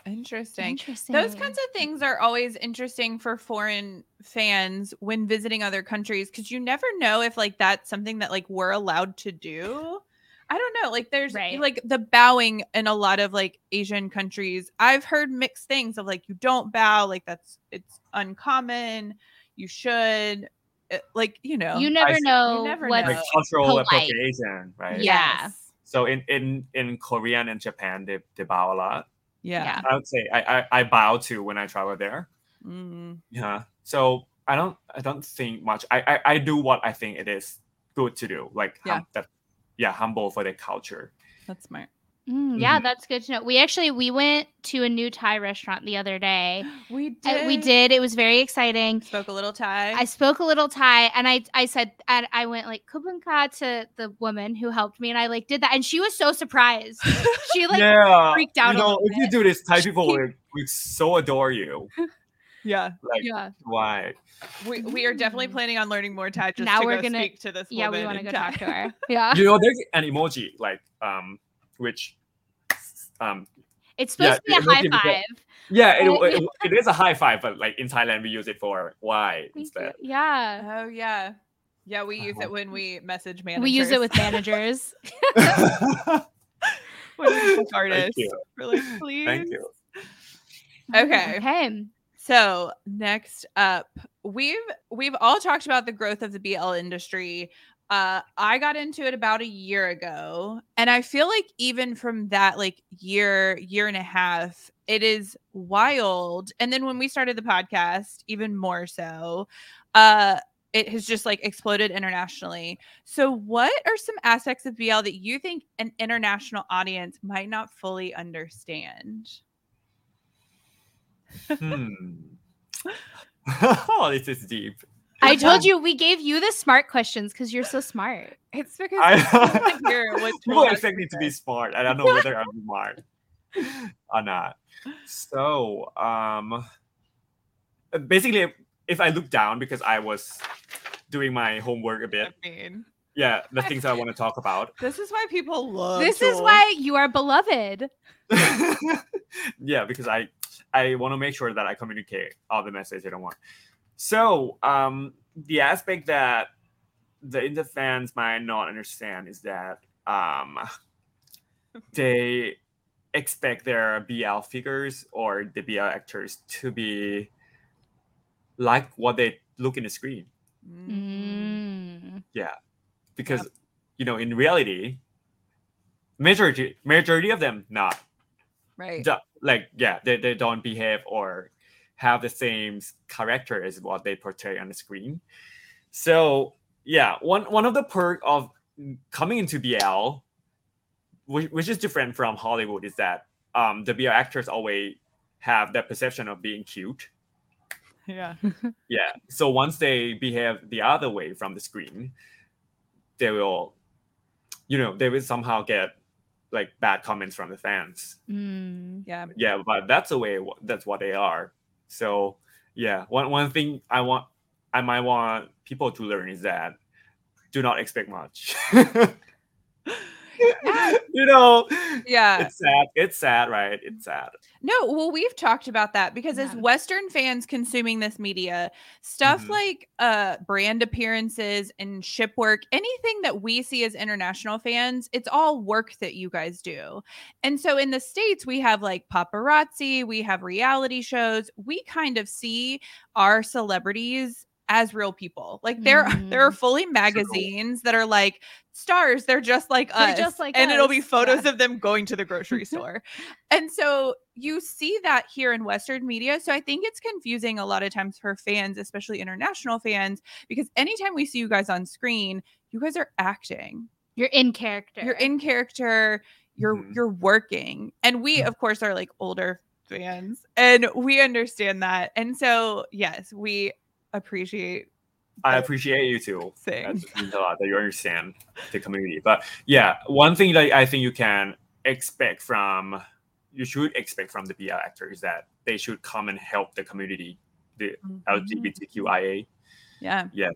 Interesting. Interesting. Those kinds of things are always interesting for foreign fans when visiting other countries because you never know if like that's something that like we're allowed to do. I don't know. Like there's Right. like the bowing in a lot of like Asian countries. I've heard mixed things of like you don't bow, like that's it's uncommon. You should, It- like you know. you never see. know You never what Like know. cultural polite. appropriation, right? Yeah. So in in in Korean and Japan, they, they bow a lot. Yeah. Yeah. I would say I, I I bow to when I travel there. Mm. Yeah. So I don't I don't think much. I I, I do what I think it is good to do. Like Yeah. hum, that, yeah, humble for their culture. That's smart. Mm, yeah, that's good to know. We actually we went to a new Thai restaurant the other day. We Uh, We did. It was very exciting. Spoke a little Thai. I spoke a little Thai and I I said and I went like kubunka to the woman who helped me and I like did that and she was so surprised. She like yeah. freaked out a You know, little if you do this, Thai people will, will so adore you. yeah. Like yeah. why? We, we are definitely Mm. planning on learning more Thai. Just Now to we're go gonna- speak to this. Yeah, we woman want to in go Thai. talk to her. Yeah. You know, there's an emoji like um which um It's Yeah, supposed to be a emoji high with that five. yeah it, Right? it, it is a high five but like in Thailand we use it for why Thank you. instead. Yeah. Oh yeah, yeah. We use Uh-huh. it when we message managers. We use it with managers. when we book artists. Thank you. We're like, please. Thank you. Okay. Okay. So next up, we've we've all talked about the growth of the BL industry. Uh, I got into it about a year ago, and I feel like even from that like year year and a half, it is wild. And then when we started the podcast, even more so. Uh, it has just like exploded internationally. So, what are some aspects of BL that you think an international audience might not fully understand? Hmm. oh, this is deep. I told you we gave you the smart questions because you're so smart. It's because I- People what expect me to be smart, and I don't know whether I'm smart or not. So, um, basically, if I look down because I was doing my homework a bit, I mean, yeah, the things I want to talk about. this is why people love. this is Jewel. why you are beloved. yeah, because I I want to make sure that I communicate all the message I don't want. So um, the aspect that the inter fans might not understand is that um, they expect their BL figures or the BL actors to be like what they look in the screen Mm. Mm. because you know in reality majority majority of them not Right. du- like yeah they, they don't behave or have the same s- character as what they portray on the screen so yeah one one of the perk of coming into bl which, which is different from hollywood is that um the bl actors always have that perception of being cute Yeah. yeah so once they behave the other way from the screen they will you know they will somehow get like bad comments from the fans Mm. Yeah. yeah but that's the way it wa- that's what they are so yeah one one thing i want i might want people to learn is that do not expect much you know Yeah. it's sad it's sad right it's sad No, well, we've talked about that because as Yeah. Western fans consuming this media, stuff Mhm. like uh brand appearances and ship work, anything that we see as international fans, it's all work that you guys do. And so in the States, we have like paparazzi, we have reality shows. We kind of see our celebrities as real people. Like there there are fully magazines that are like stars, they're just like They're us. just like and it'll be us, photos yeah. of them going to the grocery store. And so you see that here in Western media. So I think it's confusing a lot of times for fans, especially international fans, because anytime we see you guys on screen, you guys are acting. You're in character. You're in character, you're Mhm. you're working. And we of course are like older fans and we understand that. And so yes, we appreciate i appreciate you too things. That means a lot that you understand the community. But yeah, one thing that I think you can expect from you should expect from the BL actor is that they should come and help the community, the Mm-hmm. Mhm. LGBTQIA. Yeah.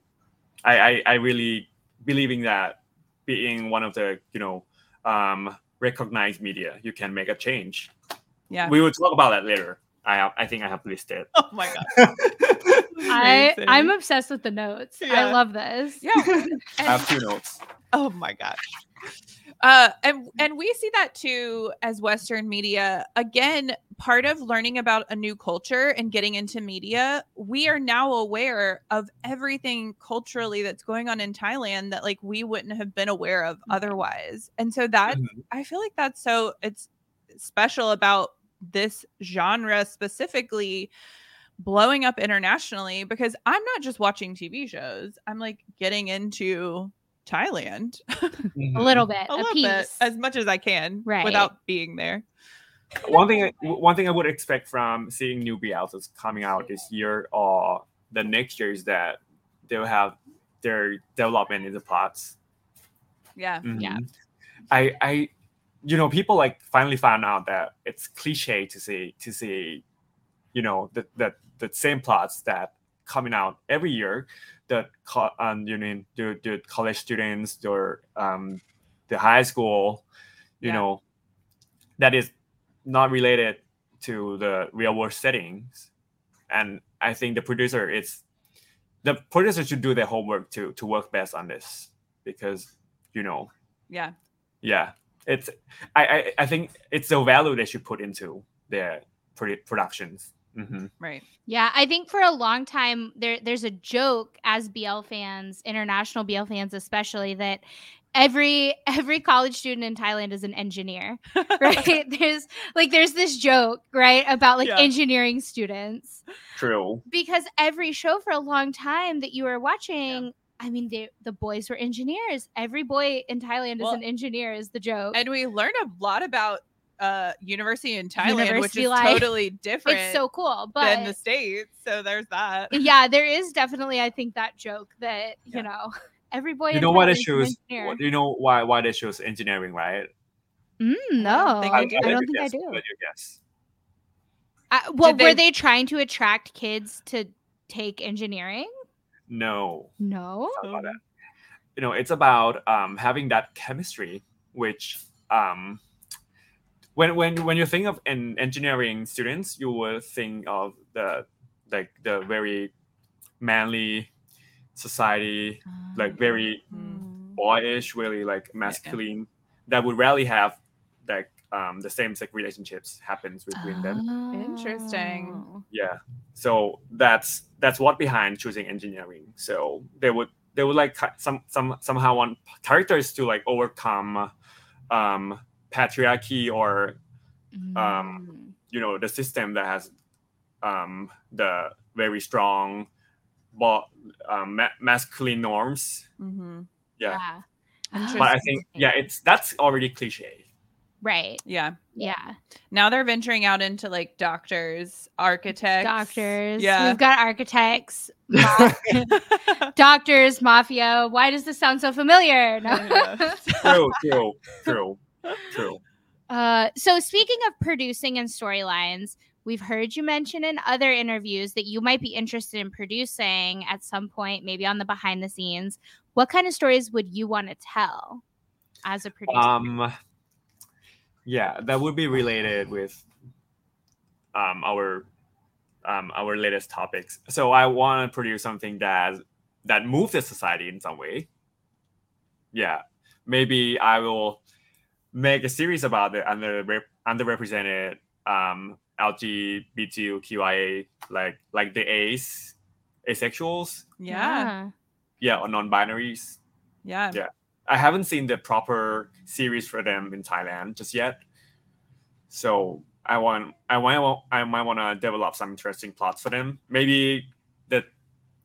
I, I I really believing that being one of the you know um, recognized media, you can make a change. Yeah. We will talk about that later. I have, I think I have listed. oh my god. I, Amazing. I'm obsessed with the notes. Yeah. I love this. yeah. I and- have two notes. Oh my gosh. Uh, and and we see that too as Western media. Again, part of learning about a new culture and getting into media, we are now aware of everything culturally that's going on in Thailand that like we wouldn't have been aware of otherwise. And so that Mhm. I feel like that's so it's special about this genre specifically blowing up internationally because I'm not just watching TV shows. I'm like getting into Thailand A little bit. a A, little piece. bit as much as I can Right. without being there. one thing I, one thing I would expect from seeing new BLs that's coming out this year or the next year is that they'll have their development in the plots. Yeah. Yeah. Mhm. I I you know people like finally found out that it's cliche to see to see you know the the, the same plots that coming out every year that co- um you mean the, the college students or um the high school you Yeah. know that is not related to the real world settings and i think the producer it's the producer should do their homework to to work best on this because you know Yeah. yeah it's i i, I think it's the value they should put into their produ- productions Mhm. Right. Yeah, I think for a long time there there's a joke as BL fans, international BL fans especially, that every every college student in Thailand is an engineer, right? there's like there's this joke, right, about like Yeah. engineering students true because every show for a long time that you were watching. I mean, they, the boys were engineers. Every boy in Thailand Well, is an engineer, is the joke. And we learn a lot about uh university in Thailand, which University is life. totally different It's so cool. But than the States. So there's that. yeah, there is definitely, I think, that joke that Yeah. you know, every boy. you in know why Thailand they is an chose engineer. you know why why they chose engineering right Mm, don't no, think I, I do. I let don't you think I guess. do. I'll let you guess. I, well, Did were they- they trying to attract kids to take engineering? no No. Um, How about that? you know it's about um, having that chemistry which um, when when when you think of an engineering students you will think of the like the very manly society like very Oh. Mm. boyish really like masculine that would rarely have like um, the same sex relationships happens between them hmm. Interesting. Oh. yeah so that's that's what behind choosing engineering so they would they would like ki- some some somehow want characters to like overcome um patriarchy or Oh. Mm. Um, you know the system that has um, the very strong bo- um, ma- masculine norms. hmm Yeah, Yeah. but I think yeah, it's that's already cliche. right. Yeah. Yeah. Now they're venturing out into like doctors, architects, Doctors. Yeah. We've got architects, ma- doctors, mafia. Why does this sound so familiar? No. Yeah. True, true, true, true. Uh, so speaking of producing and storylines, we've heard you mention in other interviews that you might be interested in producing at some point, maybe on the behind the scenes. What kind of stories would you want to tell as a producer? Um, yeah, that would be related with um, our um, our latest topics. So I want to produce something that that moves the society in some way. Yeah, maybe I will make a series about the under underrepresented um, LGBTQIA, like like the A's, asexuals, yeah. yeah, or non-binaries. Yeah. Yeah. I haven't seen the proper series for them in Thailand just yet. So I want I want I might want to develop some interesting plots for them. Maybe that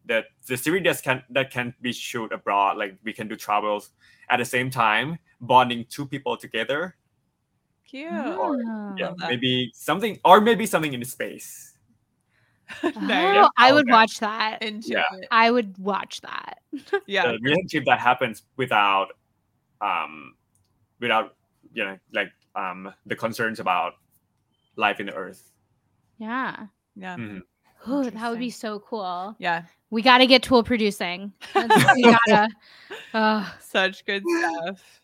that the series that can that can be shoot abroad, like we can do travels at the same time, bonding two people together. Cute. Oh. Yeah, that. maybe something or maybe something in space. There you Oh, I would Okay. watch that. go. Into Yeah. it. I would watch that. Yeah. The relationship that happens without um without you know like um the concerns about life in the earth. Yeah. Yeah. Mhm. Ooh, that would Interesting. be so cool. Yeah. We got to get tool producing. That's- we gotta. Ugh. Such good stuff.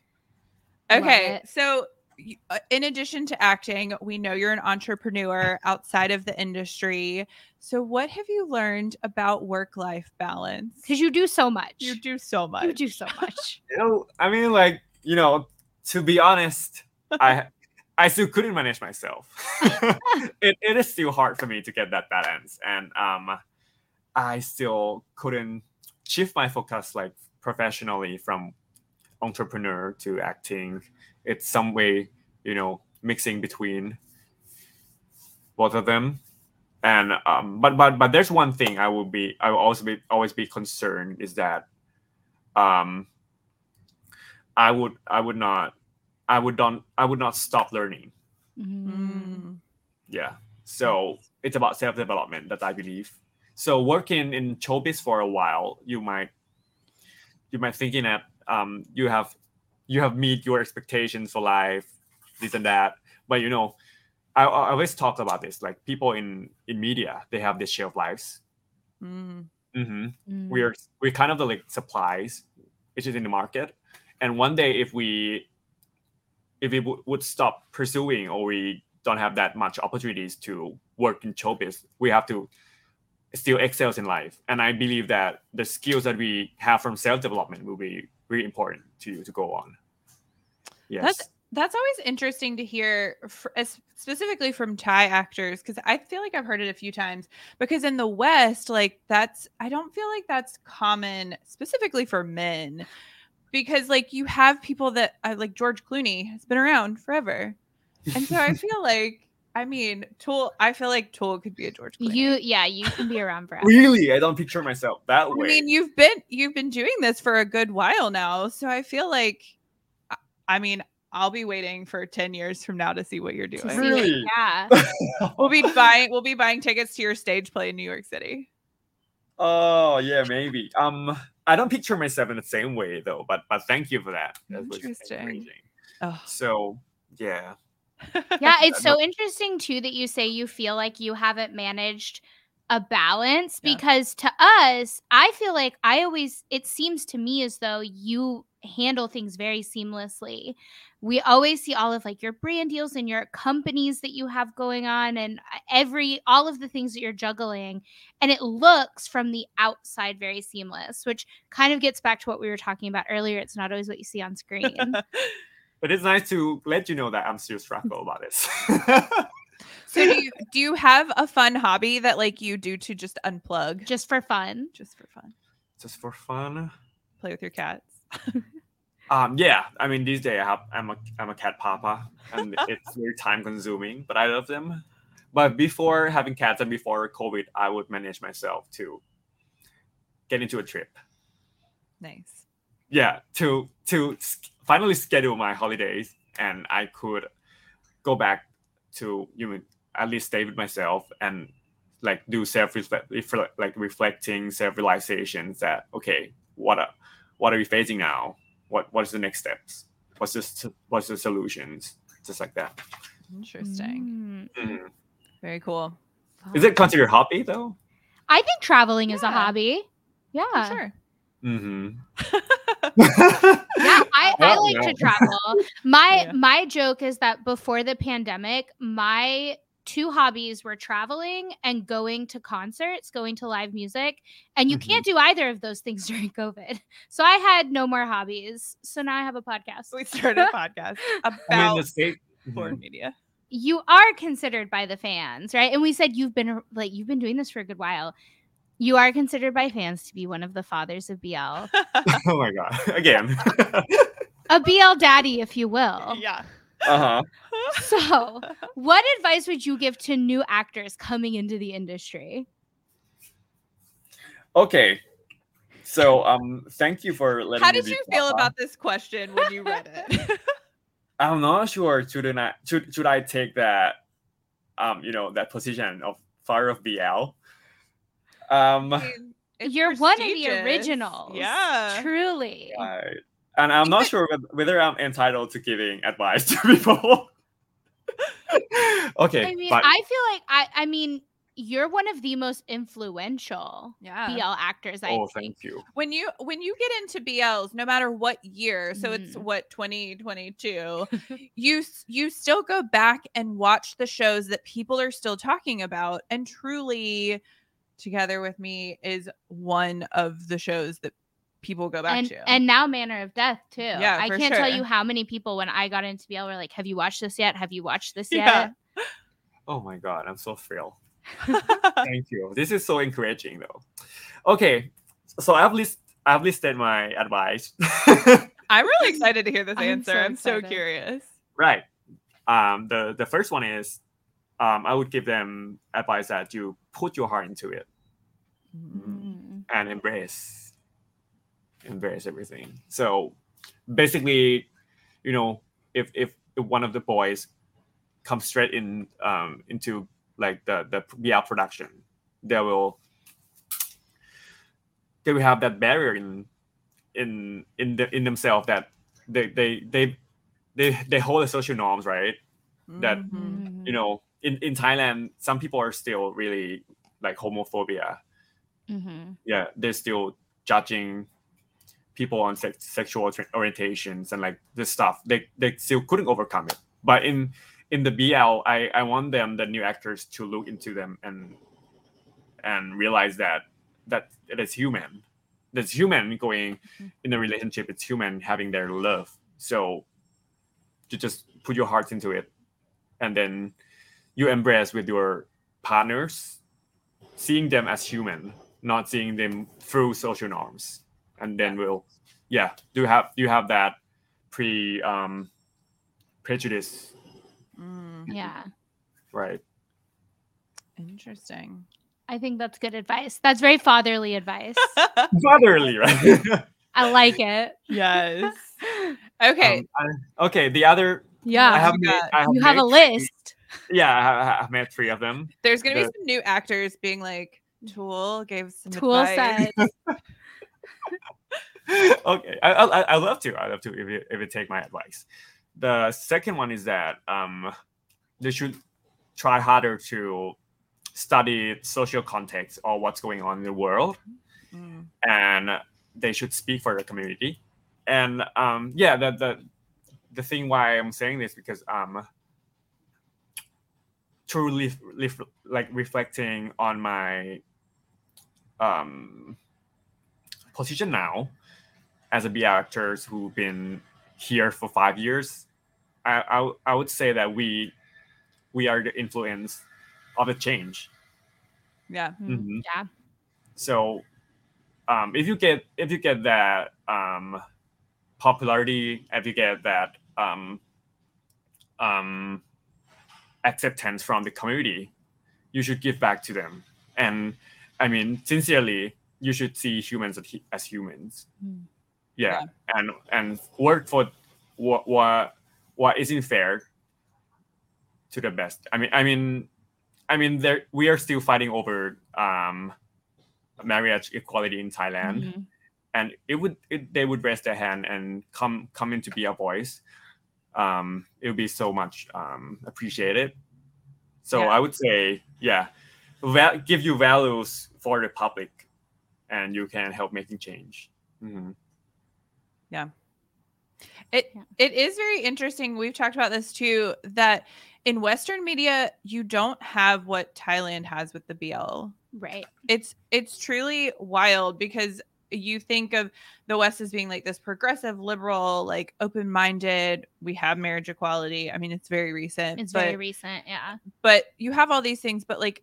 Love Okay. it. So, y- uh, in addition to acting, we know you're an entrepreneur outside of the industry. So, what have you learned about work life balance? Because you do so much. You do so much. You do so much. you know, I mean, like, you know, to be honest, I I still couldn't manage myself. it, it is still hard for me to get that balance, and um, I still couldn't shift my focus like professionally from entrepreneur to acting. It's some way, you know, mixing between both of them. And um, but but but there's one thing I will be I will always be always be concerned is that um I would I would not I would not I would not stop learning. Mm. Mm. Yeah. So it's about self development that I believe. So working in showbiz for a while, you might you might thinking that um you have you have meet your expectations for life, this and that. But you know, I, I always talk about this. Like people in in media, they have this shelf lives. Mm. hmm Mm. we're we're kind of the like supplies which is in the market and one day if we if we w- would stop pursuing or we don't have that much opportunities to work in showbiz we have to still excel in life and i believe that the skills that we have from self-development will be really important to you to go on yes That's that's always interesting to hear, fr- as- specifically from Thai actors, because I feel like I've heard it a few times. Because in the West, like that's I don't feel like that's common, specifically for men, because like you have people that uh, like George Clooney has been around forever, and so I feel like I mean Tool. I feel like Tool could be a George Clooney. You, yeah, you can be around forever. really i don't picture myself that I way mean, you've been you've been doing this for a good while now, so I feel like, I- I mean, I'll be waiting for ten years from now to see what you're To doing. see- Really? Yeah. We'll be buying we'll be buying tickets to your stage play in New York City. oh yeah maybe um i don't picture myself in the same way though but but thank you for that that was Interesting. amazing. Oh. So yeah, Yeah. It's so interesting, too, that you say you feel like you haven't managed a balance Yeah. because to us, I feel like I always, it seems to me as though you handle things very seamlessly. We always see all of like your brand deals and your companies that you have going on and uh, every, all of the things that you're juggling. And it looks from the outside very seamless, which kind of gets back to what we were talking about earlier. It's not always what you see on screen. but it's nice to let you know that I'm still struggle about this. so do you do you have a fun hobby that like you do to just unplug just for fun. just for fun? Just for fun. Play with your cats. Um, yeah, I mean, these days I have, I'm a I'm a cat papa, and it's very time consuming, but I love them. But before having cats and before COVID, I would manage myself to get into a trip. Nice. Yeah, to to finally schedule my holidays, and I could go back to you know, at least stay with myself and like do self reflect like reflecting self realizations that okay, what are what are we facing now? what what is the next steps what's this what's the solutions just like that interesting mm. very cool is it considered a hobby though i think traveling yeah. is a hobby yeah For sure mm-hmm. yeah i, I like know. to travel my yeah. my joke is that before the pandemic my two hobbies were traveling and going to concerts, going to live music. And you mm-hmm. can't do either of those things during COVID. So I had no more hobbies. So now I have a podcast. We started a podcast about I mean, state- foreign media. You are considered by the fans, right? And we said you've been like you've been doing this for a good while. You are considered by fans to be one of the fathers of BL. oh my god. Again. a BL daddy, if you will. Yeah. Uh-huh. so, what advice would you give to new actors coming into the industry? Okay. So, um thank you for letting How did you feel about up. this question when you read it? I'm not sure should I should, should I take that um you know that position of fire of BL? Um it's You're one of the originals. Uh, Yeah. Truly. Right and I'm not sure whether I'm entitled to giving advice to people. okay. I mean, but... I feel like I. I mean, you're one of the most influential yeah. BL actors. I oh, think. thank you. When you when you get into BLs, no matter what year, so mm. it's what 2022, you you still go back and watch the shows that people are still talking about, and truly. Together with me is one of the shows that people go back and, to. And now Manner of Death too. Yeah, I can't sure. tell you how many people when I got into BL were like, "Have you watched this yet? Have you watched this yet?" Yeah. Oh my god, I'm so thrilled. Thank you. This is so encouraging though. Okay, so I've list I've listed my advice. I'm really excited to hear this I'm answer. So I'm so curious. Right. Um, the the first one is, um, I would give them advice that you put your heart into it. Mm-hmm. Mm-hmm. Mm. And embrace embrace everything. So basically, you know, if if one of the boys comes straight in um, into like the the VR production, they will they will have that barrier in in in the, in themselves that they they they they they hold the social norms right mm-hmm. that you know in in Thailand some people are still really like homophobia mm-hmm. yeah they're still judging people on se- sexual orientations and like this stuff they they still couldn't overcome it but in in the bl i i want them the new actors to look into them and and realize that that it is human that's human going mm-hmm. in a relationship it's human having their love so you just put your heart into it and then you embrace with your partners seeing them as human not seeing them through social norms and then we'll yeah do have you have that pre um prejudice Mm-hmm. mm, yeah right interesting i think that's good advice that's very fatherly advice fatherly right i like it yes okay um, I, okay the other yeah I have, made, I have you have a list three, yeah I have, I have met three of them there's gonna the, be some new actors being like tool gave some tool advice. said okay, I, I, I love to. I love to if you, if you take my advice. The second one is that um, they should try harder to study social context or what's going on in the world, mm. and they should speak for the community. And um, yeah, the, the the thing why I'm saying this because um, truly ref, like reflecting on my um position now as a BI actors who've been here for five years, I, I, I would say that we we are the influence of the change. Yeah. Mm-hmm. Yeah. So um, if you get if you get that um, popularity, if you get that um, um, acceptance from the community, you should give back to them. And I mean, sincerely, you should see humans as hu- as humans. Mm. Yeah, and and work for what what what isn't fair to the best. I mean, I mean, I mean, there we are still fighting over um, marriage equality in Thailand Mhm. and it would it, they would raise their hand and come come in to be a voice um it would be so much um appreciated so Yeah. i would say yeah val- give you values for the public and you can help making change Mhm. It is very interesting. We've talked about this too that in Western media, you don't have what Thailand has with the BL. Right. It's it's truly wild because you think of the West as being like this progressive, liberal, like open-minded. We have marriage equality. I mean, it's very recent. It's but, very recent. Yeah. but you have all these things but like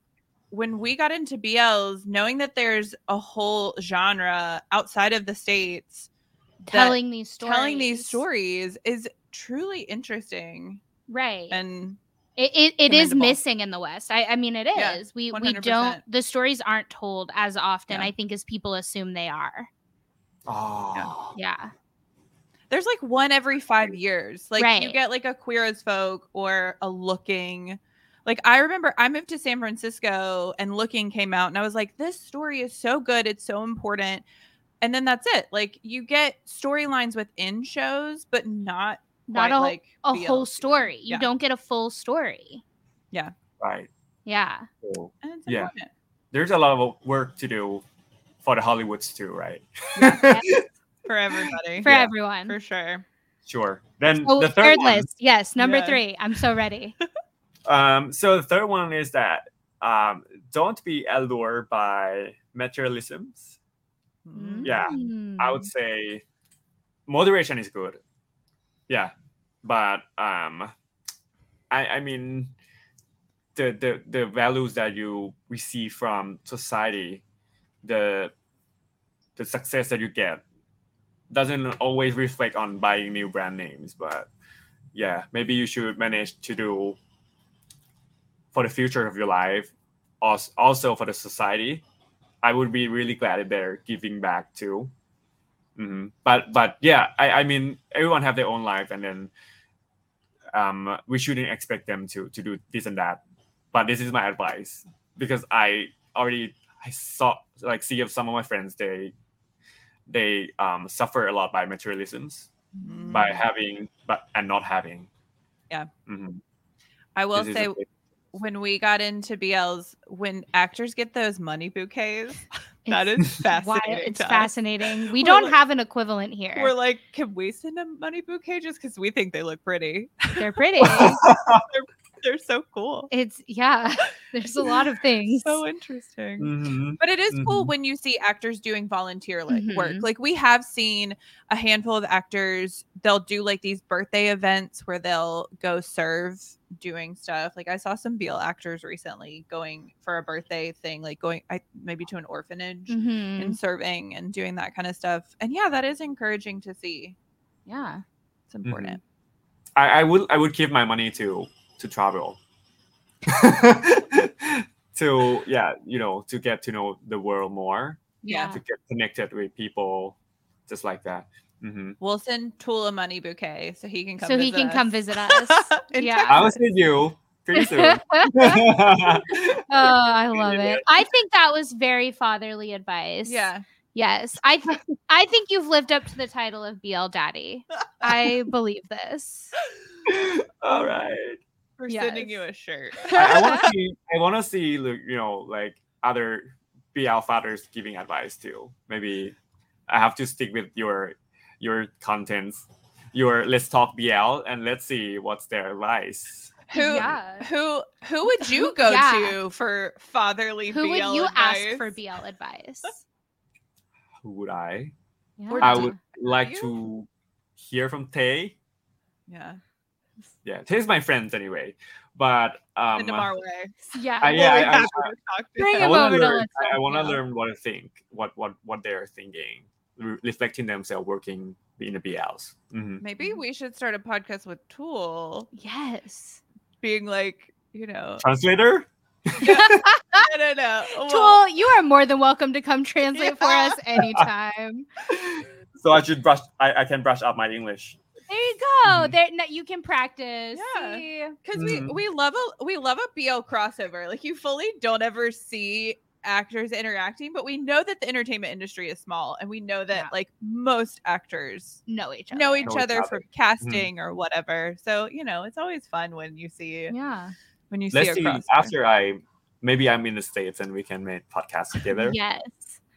when we got into BLs knowing that there's a whole genre outside of the states Telling these stories. telling these stories is truly interesting Right. and It, it, it is commendable. missing in the West. I, I mean, it is. Yeah, we we 100%. don't. The stories aren't told as often, Yeah. I think, as people assume they are. oh Yeah. there's like one every 5 years like you Right. get like a queer as folk or a looking like I remember I moved to San Francisco and looking came out and I was like this story is so good it's so important and then that's it like you get storylines within shows but not Not quite a, like a BL. whole story. You Yeah. don't get a full story. right Yeah. so And it's Yeah. important. there's a lot of work to do for the hollywoods too right for everybody For Yeah. everyone. for sure. sure then Oh, the third, third, one, list. Yes. Number Yeah. three. I'm so ready. um so the third one is that um don't be allured by materialisms Mm-hmm. Mm. Yeah. I would say moderation is good. Yeah, but um, I I mean, the the the values that you receive from society, the the success that you get doesn't always reflect on buying new brand names but yeah maybe you should manage to do for the future of your life als- also for the society i would be really glad if they're giving back too Mhm. but but yeah I, I mean everyone have their own life and then um, we shouldn't expect them to to do this and that but this is my advice because i already i saw like see of some of my friends they they um, suffer a lot by materialisms Mm. by having but and not having Yeah. Mhm. I will This is say a big- when we got into BLs, when actors get those money bouquets, that It's is wild. fascinating. It's to us. fascinating. We We're don't like- have an equivalent here. We're like, can we send a money bouquet just because we think they look pretty? They're pretty. They're so cool. it's yeah. There's a lot of things. So interesting. Mhm. But it is cool Mhm. when you see actors doing volunteer like work. Mhm. Like we have seen a handful of actors, they'll do like these birthday events where they'll go serve doing stuff. Like I saw some Beale actors recently going for a birthday thing, like going I maybe to an orphanage Mhm. and serving and doing that kind of stuff. And yeah, that is encouraging to see. Yeah. It's important. I, I would i would give my money to to travel to yeah you know to get to know the world more Yeah. to get connected with people just like that Mhm. We'll send Tool a money bouquet so he can come So he visit can us. come visit us. In Yeah. i will see you pretty soon Oh, I love Yeah. it. I think that was very fatherly advice. Yeah. Yes. I th- I think you've lived up to the title of BL Daddy. I believe this. all right We're Yes. sending you a shirt. I, I want to see. I want to see. Like, you know, like other BL fathers giving advice too. Maybe I have to stick with your your contents. Your let's talk BL and let's see what's their advice. Who Yeah. who who would you go Yeah. to for fatherly? Who would BL you ask advice? for BL advice? Who would I Yeah. Or I would like you? to hear from Tay? Yeah, Yeah, Tay's my friend anyway. But um, in Namar way. Yeah. I- yeah, We'll I- have to talk to Bring them. I him want over to to learn. let's I, talk want to BL. learn what to think, what what what they're thinking, re- reflecting themselves, working in the BLs. Mhm. Maybe we should start a podcast with Tool Yes. being like, you know, Translator? I don't know. Tool, you are more than welcome to come translate for us anytime. so I should brush. I, I can brush up my English. There you go. Mhm. There, no, you can practice. Yeah. See? because Mhm. we we love a we love a BL crossover. Like you fully don't ever see actors interacting, but we know that the entertainment industry is small, and we know that Yeah. like most actors Know each other. know each Know each other other. Mm. from casting or whatever. So you know it's always fun when you see Yeah. when you Let's see a see. crossover. After I, maybe I'm in the states and we can make podcasts together, Yes.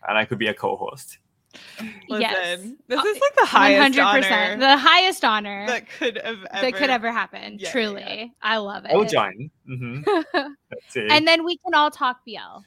and I could be a co-host. Listen, Yes. this Uh, is like the One highest hundred 100%, percent. The highest honor that, that could have ever. could ever happen. Yeah, yeah, truly, yeah. I love it. I will join. hmm Let's see. and then we can all talk BL.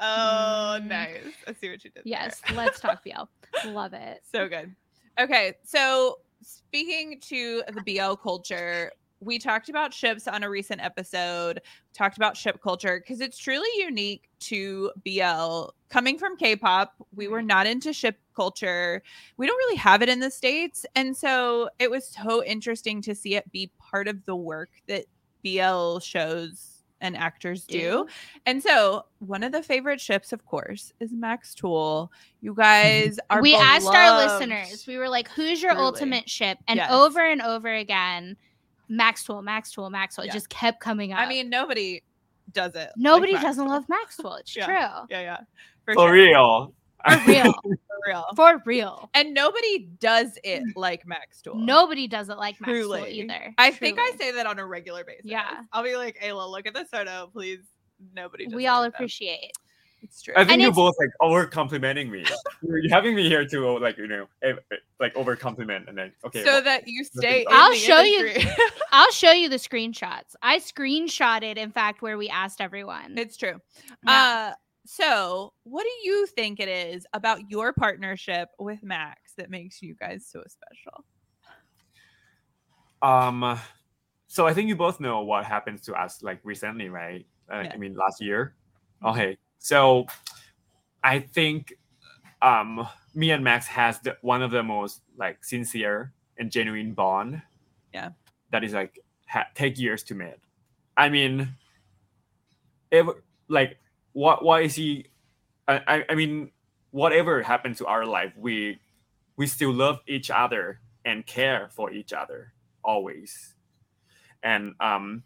Oh, Mm. nice! I see what you did. there. Yes, let's talk BL. Love it. So good. Okay. So speaking to the BL culture, we talked about ships on a recent episode, talked about ship culture because it's truly unique to BL. Coming from K pop, we were Right. not into ship culture. We don't really have it in the States. And so it was so interesting to see it be part of the work that BL shows and actors do. And so, one of the favorite ships, of course, is Max Tool. You guys are we asked our beloved. listeners. We were like, "Who's your Truly. ultimate ship?" And Yes. over and over again, Maxwell, Maxwell, Maxwell. It Yeah. just kept coming up. I mean, nobody does it. like nobody Max doesn't Tool. love Maxwell. It's Yeah. true. Yeah, yeah, for, for sure, real. For real. for real. For real. and nobody does it Mm. like Max Tool. Nobody does it like Maxwell Truly. either. I think I Truly. say that on a regular basis. Yeah. I'll be like, Ayla, look at this photo, please. Nobody. Does we it all like them. appreciate. It's true. I think And you it's- both like over complimenting me. You're you're having me here to like you know eh, eh, like over compliment and then okay. so well, that you nothing stay. else. in I'll the show you- industry. I'll show you the screenshots. I screenshotted, in fact, where we asked everyone. It's true. Yeah. Uh, so, what do you think it is about your partnership with Max that makes you guys so special? um, so I think you both know what happens to us like recently, right? Uh, Yeah. Mm-hmm. I mean last year. Okay, so I think um me and Max has the, one of the most like sincere and genuine bond. Yeah. That is like ha- take years to make. I mean, if like what what is he? I I, I mean, whatever happened to our life, we we still love each other and care for each other always, and um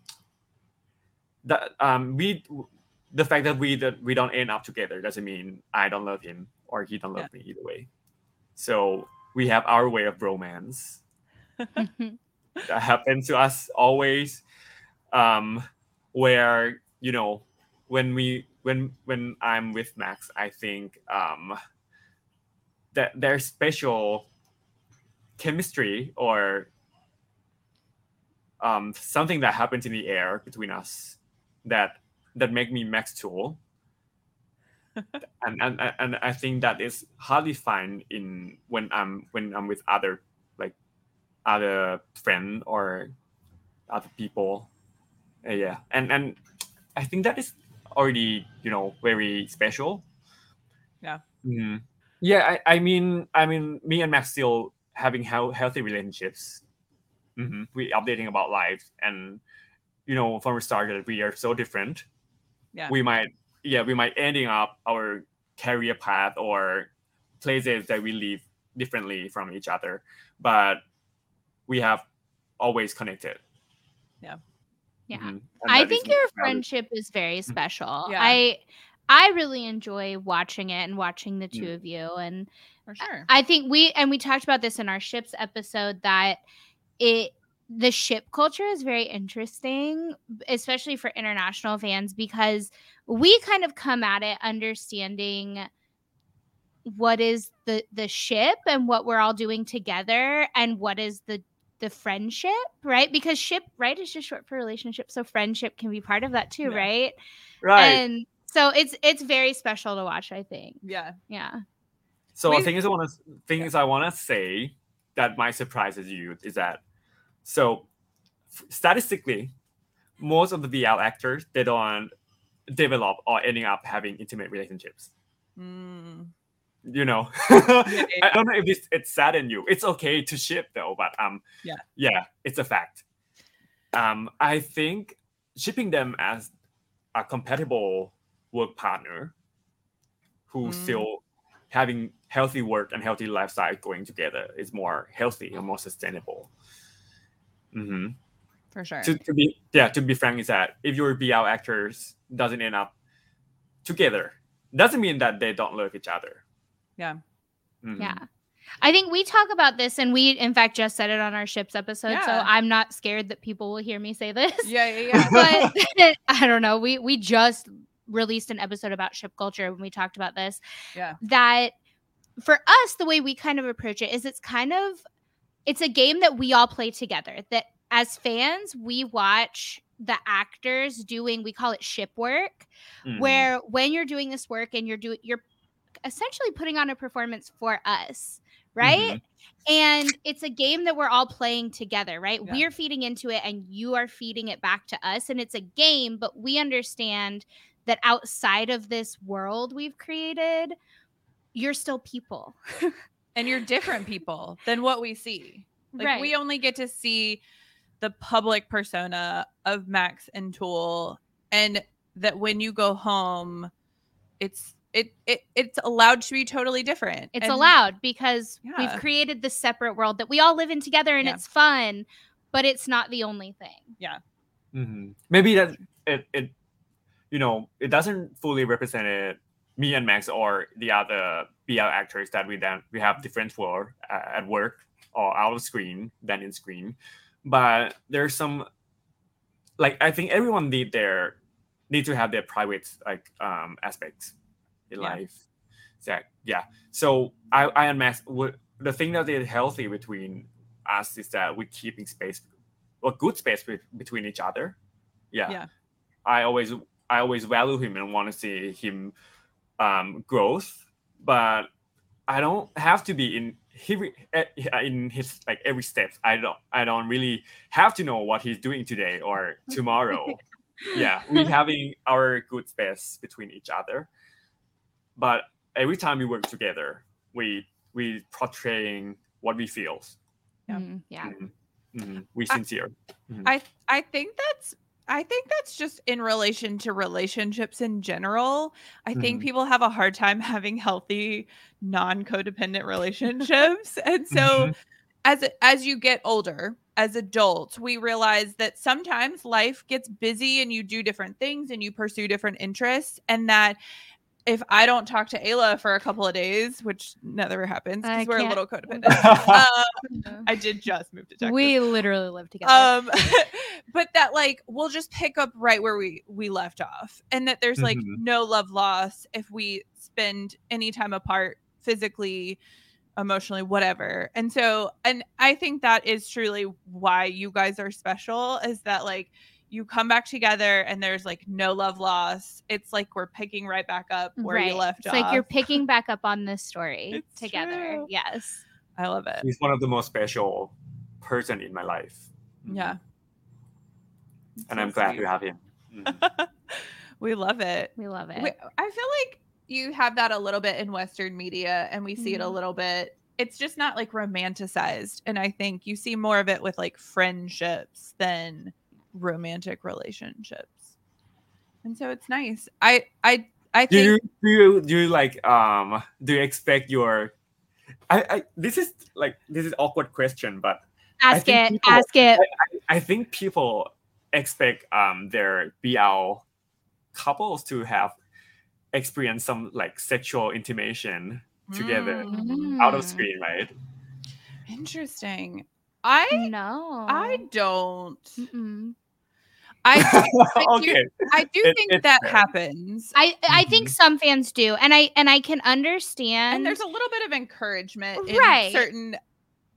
that um we the fact that we that we don't end up together doesn't mean I don't love him or he don't love me either way. So we have our way of romance that happened to us always um where you know when we when when i'm with max i think um that there's special chemistry or um something that happens in the air between us that that make me max tool and, and and- and i think that is hardly found in when i'm when i'm with other other friend or other people Uh, yeah and and i think that is already you know very special Yeah. Mhm. yeah I, I mean i mean me and max still having hel- healthy relationships hmm we updating about life and you know from the start that we are so different Yeah. we might yeah we might ending up our career path or places that we live differently from each other but we have always connected. Yeah. Mhm. And I that is think your valid. friendship is very special. Yeah. I I really enjoy watching it and watching the two Mm. of you and For sure. I think we and we talked about this in our ships episode that it the ship culture is very interesting, especially for international fans, because we kind of come at it understanding what is the the ship and what we're all doing together and what is the the friendship, right? Because ship, right, is just short for relationship, so friendship can be part of that too, Yeah. right? Right. And so it's it's very special to watch, I think. yeah. Yeah. so we- things I want to things I want to say that might surprises you is that so f- statistically, most of the VL actors they don't develop or ending up having intimate relationships. Mm. you know i don't know if it's, it's saddened you it's okay to ship though but um Yeah. yeah it's a fact um i think shipping them as a compatible work partner who Mm. still having healthy work and healthy lifestyle going together is more healthy and more sustainable hmm for sure. to, to be yeah to be frank is that if your BL actors doesn't end up together doesn't mean that they don't love each other Yeah. Mhm. Mm-hmm. Yeah. I think we talk about this, and we, in fact, just said it on our ships episode. So Yeah. I'm not scared that people will hear me say this. yeah, yeah, yeah. but I don't know. We we just released an episode about ship culture when we talked about this. Yeah. That for us, the way we kind of approach it is it's kind of it's a game that we all play together. That as fans, we watch the actors doing we call it ship work, Mm-hmm. Mhm. where when you're doing this work and you're doing you're essentially putting on a performance for us, right? And it's a game that we're all playing together, right? Mm-hmm. Yeah. We're feeding into it and you are feeding it back to us. And it's a game, but we understand that outside of this world we've created, you're still people. and you're different people than what we see. Like Right. we only get to see the public persona of Max and Tool and that when you go home it's it, it it's allowed to be totally different. It's And- allowed because Yeah. we've created this separate world that we all live in together and Yeah. it's fun, but it's not the only thing. Mhm. maybe that it, it you know it doesn't fully represent it, me and max or the other BL actors that we then we have different for uh, at work or out of screen than in screen but there's some like i think everyone need their need to have their private like um aspects in Yeah. life that yeah so i i and max would the thing that is healthy between us is that we're keeping space a good space be- between each other yeah. Yeah. i always i always value him and want to see him um growth but i don't have to be in he re- eh, in his like every step i don't i don't really have to know what he's doing today or tomorrow yeah we having our good space between each other but every time we work together we we portraying what we feel Yeah. Mm, yeah. Mhm. Mhm. we I- sincere I I think that's I think that's just in relation to relationships in general. I think Mhm. people have a hard time having healthy non-codependent relationships. and so as as you get older as adults we realize that sometimes life gets busy and you do different things and you pursue different interests and that if i don't talk to ayla for a couple of days which never happens I because we're a can't- little codependent uh, i did just move to texas We literally live together. um but that like we'll just pick up right where we we left off and that there's like Mm-hmm. Mhm. no love loss if we spend any time apart physically emotionally whatever and so and i think that is truly why you guys are special is that like you come back together and there's like no love loss it's like we're picking right back up where you left it's off like you're picking back up on this story It's together. true. Yes. i love it he's one of the most special person in my life Mhm. yeah and So i'm glad sweet. to have him Mhm. we love it We love it. We, I feel like you have that a little bit in Western media, and we see it a Mhm. little bit. It's just not like romanticized, and I think you see more of it with like friendships than romantic relationships, and so it's nice. I I I do think you do you do you like um do you expect your I, I this is like this is awkward question but I ask it. think people- ask it. I think people expect um their BL couples to have experienced some like sexual intimation together Mm, out of Mm. screen, right? interesting. I No. I don't. Mm-mm. I do- okay. I do It- think it's that fair. happens. I I think Mhm. some fans do, and I and I can understand. and there's a little bit of encouragement in Right. certain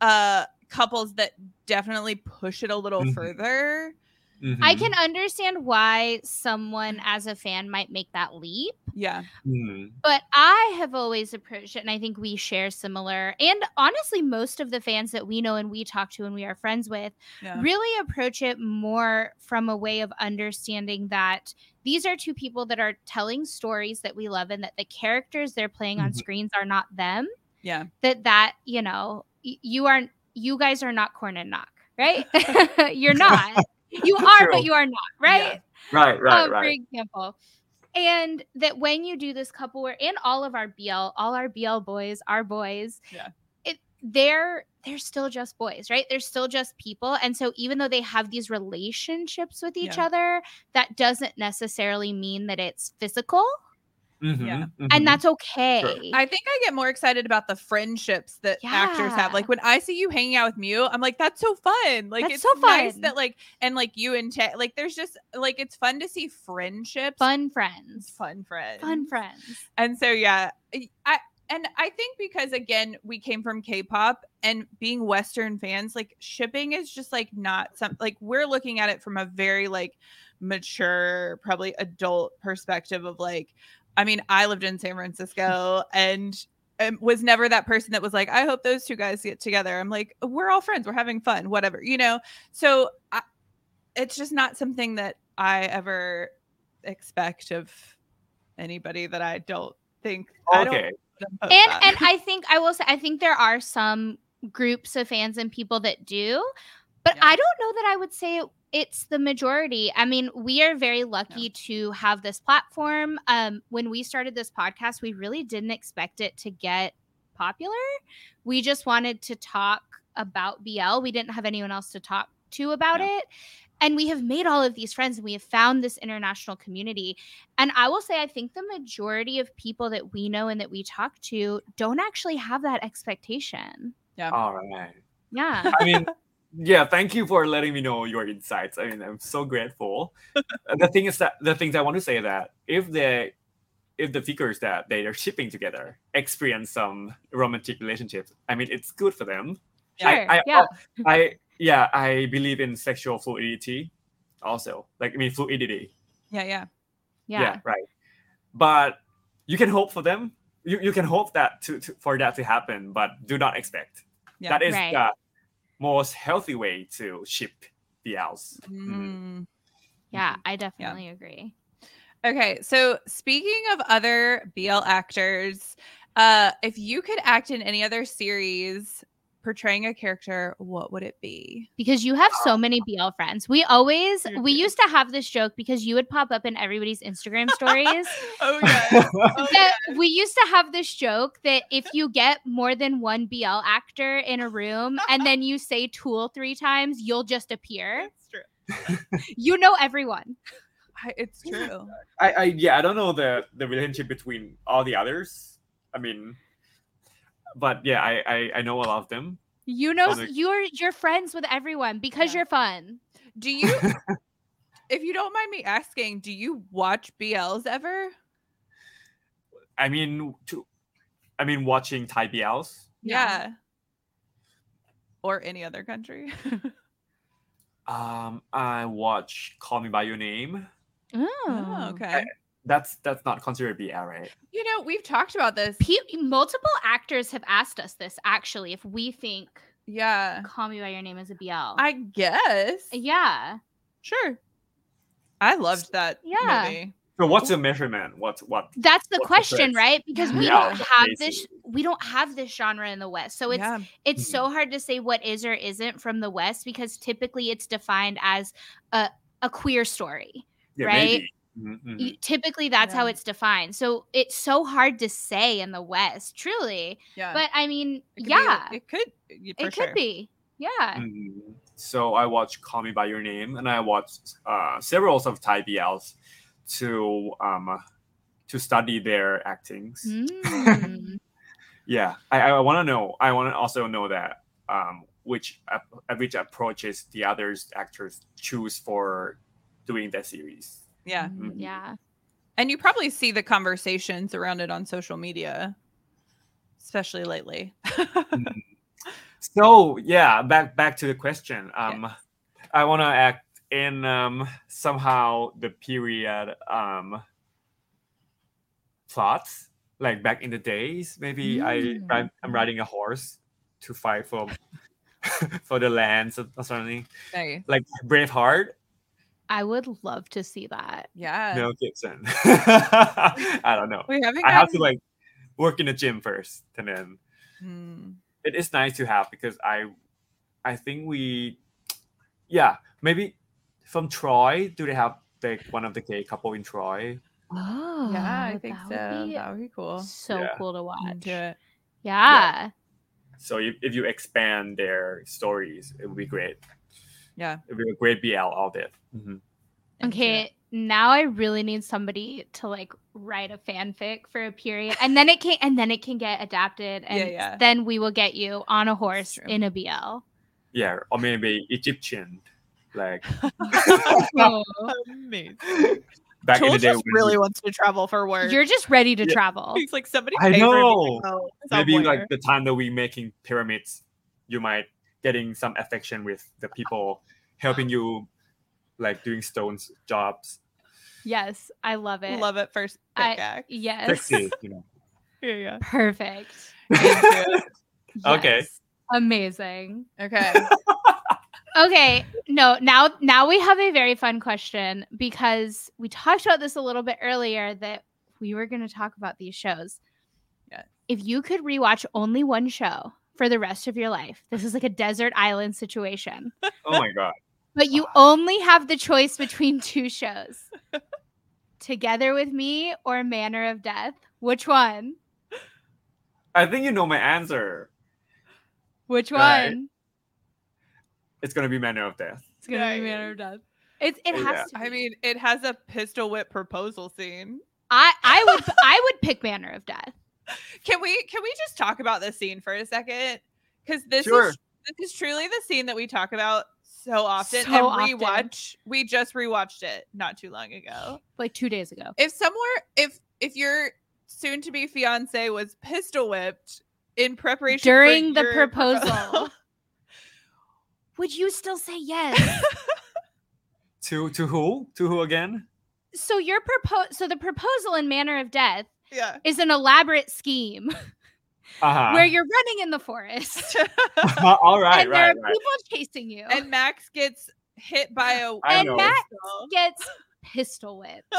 uh couples that definitely push it a little Mhm. further I Mhm. Mm-hmm. can understand why someone as a fan might make that leap, Yeah. Mm. But I have always approached it, and I think we share similar. And honestly, most of the fans that we know and we talk to and we are friends with Yeah. really approach it more from a way of understanding that these are two people that are telling stories that we love and that the characters they're playing on Mhm. screens are not them. Yeah. That that, you know, y- you aren't you guys are not Corn and Knock, right? You're not. You are, True. but you are not, right? Right, right, Oh, um, right. For example, and that when you do this couple wear and all of our BL, all our BL boys, our boys, Yeah. it, they're they're still just boys, right? They're still just people, and so even though they have these relationships with each Yeah. other, that doesn't necessarily mean that it's physical, Mhm, Yeah. mhm. and that's okay. I think I get more excited about the friendships that actors have. Yeah. Like when I see you hanging out with Mew, I'm like, that's so fun. Like That's it's so nice fun. that like and like you and Ted, like there's just like it's fun to see friendships. fun friends, fun friends. fun friends. And so yeah, I and I think because again we came from K-pop and being Western fans, like shipping is just like not some like we're looking at it from a very like mature, probably adult perspective of like, I mean, I lived in San Francisco and. And was never that person that was like, I hope those two guys get together. I'm like, we're all friends. We're having fun, whatever, you know? So I, it's just not something that I ever expect of anybody that I don't think. I don't Okay. know about and that. and I think I will say I think there are some groups of fans and people that do, but Yeah. I don't know that I would say it, it's the majority. I mean, we are very lucky to have this platform. Um, when we started this podcast, we really didn't expect it to get popular. We just wanted to talk about BL. We didn't have anyone else to talk to about Yeah. it. And we have made all of these friends and we have found this international community. And I will say, I think the majority of people that we know and that we talk to don't actually have that expectation. All right. Yeah. I mean, yeah, thank you for letting me know your insights. I mean, I'm so grateful. Uh, the thing is that the things I want to say that if the if the figures that they are shipping together experience some romantic relationships, I mean, it's good for them. Sure. Yeah. I, I, yeah. I yeah, I believe in sexual fluidity, also. Like I mean, fluidity. yeah, yeah, yeah. right. But you can hope for them. You, you can hope that to, to for that to happen, but do not expect. yeah. That is Right. the most healthy way to ship BLs. Mm. Yeah, I definitely agree. Okay, so speaking of other BL actors, uh, if you could act in any other series portraying a character, what would it be? Because you have so many BL friends. We always You we do. used to have this joke because you would pop up in everybody's Instagram stories. Oh yeah. Oh, that we used to have this joke that if you get more than one BL actor in a room and then you say tool three times, you'll just appear. It's true. You know everyone. I, it's true. I, I yeah, I don't know the the relationship between all the others. I mean, but yeah, I I, I know a lot of them. You know Other- you're you're friends with everyone because Yeah. you're fun. Do you if you don't mind me asking, do you watch BLs ever? I mean, to, I mean, watching Thai BLs. Yeah. yeah. Or any other country. Um, I watch Call Me by Your Name. Oh, okay. That's that's not considered BL, right? You know, we've talked about this. Pe- multiple actors have asked us this actually if we think Yeah. Call Me by Your Name is a BL. Uh. I guess. yeah. Sure. I loved that Yeah. movie. So what's the measurement? What's what? That's the What's the question, difference? right? Because we Yeah, don't have this basically. we don't have this genre in the West. So it's yeah. it's so hard to say what is or isn't from the West because typically it's defined as a, a queer story. Yeah, right? maybe. Mhm, mhm. Mm-hmm. Y- Typically that's how Yeah. it's defined. So it's so hard to say in the West, truly. yeah. But I mean, It could be- yeah, it could. y- it for could sure. be. Yeah. Mhm. So I watched Call Me by Your Name, and I watched uh, several of Thai BLs to um to study their actings. Mm-hmm. Mm. Yeah, I, I want to know. I want to also know that um which ap- which approaches the others actors choose for doing that series. Yeah. Mm, Yeah. And you probably see the conversations around it on social media, especially lately. So yeah, back back to the question. Um, I want to act in um somehow the period um plots like back in the days maybe Mm. I, I i'm riding a horse to fight for for the lands or something Nice. like braveheart I would love to see that. Yeah. mel gibson i don't know We haven't i have to gotten- like work in the gym first and then Hmm. it is nice to have because i i think we yeah maybe from troy do they have like one of the gay couple in troy Oh, Yeah, I think so. that would be that would be cool. so Yeah. cool to watch. Into it. Yeah. so if, if you expand their stories it would be great Yeah. it would be a great bl out of it into Mhm. it. Okay, now I really need somebody to like write a fanfic for a period, and then it can and then it can get adapted, and Yeah, yeah. then we will get you on a horse true. in a BL. yeah or maybe egyptian like Oh, Amazing. back in Joel the day just when really we- wants to travel for work. You're just ready to Yeah. travel. He's like somebody. I pay for me to know. go maybe somewhere." like the time that we making pyramids you might getting some affection with the people helping you like doing stones jobs Yes, I love it. love it first I- pickaxe. Yes, sexy you know Yeah, yeah. perfect. Into it. Okay. Yes. amazing. Okay. Okay, no, now now we have a very fun question because we talked about this a little bit earlier that we were going to talk about these shows. Yes. If you could rewatch only one show for the rest of your life, this is like a desert island situation, oh my god but you only have the choice between two shows. Together with me or Manner of Death? Which one? i think you know my answer Which one? Right. it's gonna be manner of death It's going to be Right. Manner of Death. It, it Yeah. has to be. I mean, it has a pistol whip proposal scene. I, I would I would pick Manner of Death. Can we can we just talk about this scene for a second? Because this Sure. is this is truly the scene that we talk about so often So often. and rewatch. We just rewatched it not too long ago. Like two days ago. If somewhere if if your soon to be fiance was pistol whipped in preparation for during the your proposal. proposal- Would you still say yes? to to who to who again so your propose so the proposal in Manner of Death yeah. is an elaborate scheme uh-huh where you're running in the forest all right and there right are right people chasing you and And Max gets hit by a I And know. Matt- pistol gets pistol whipped.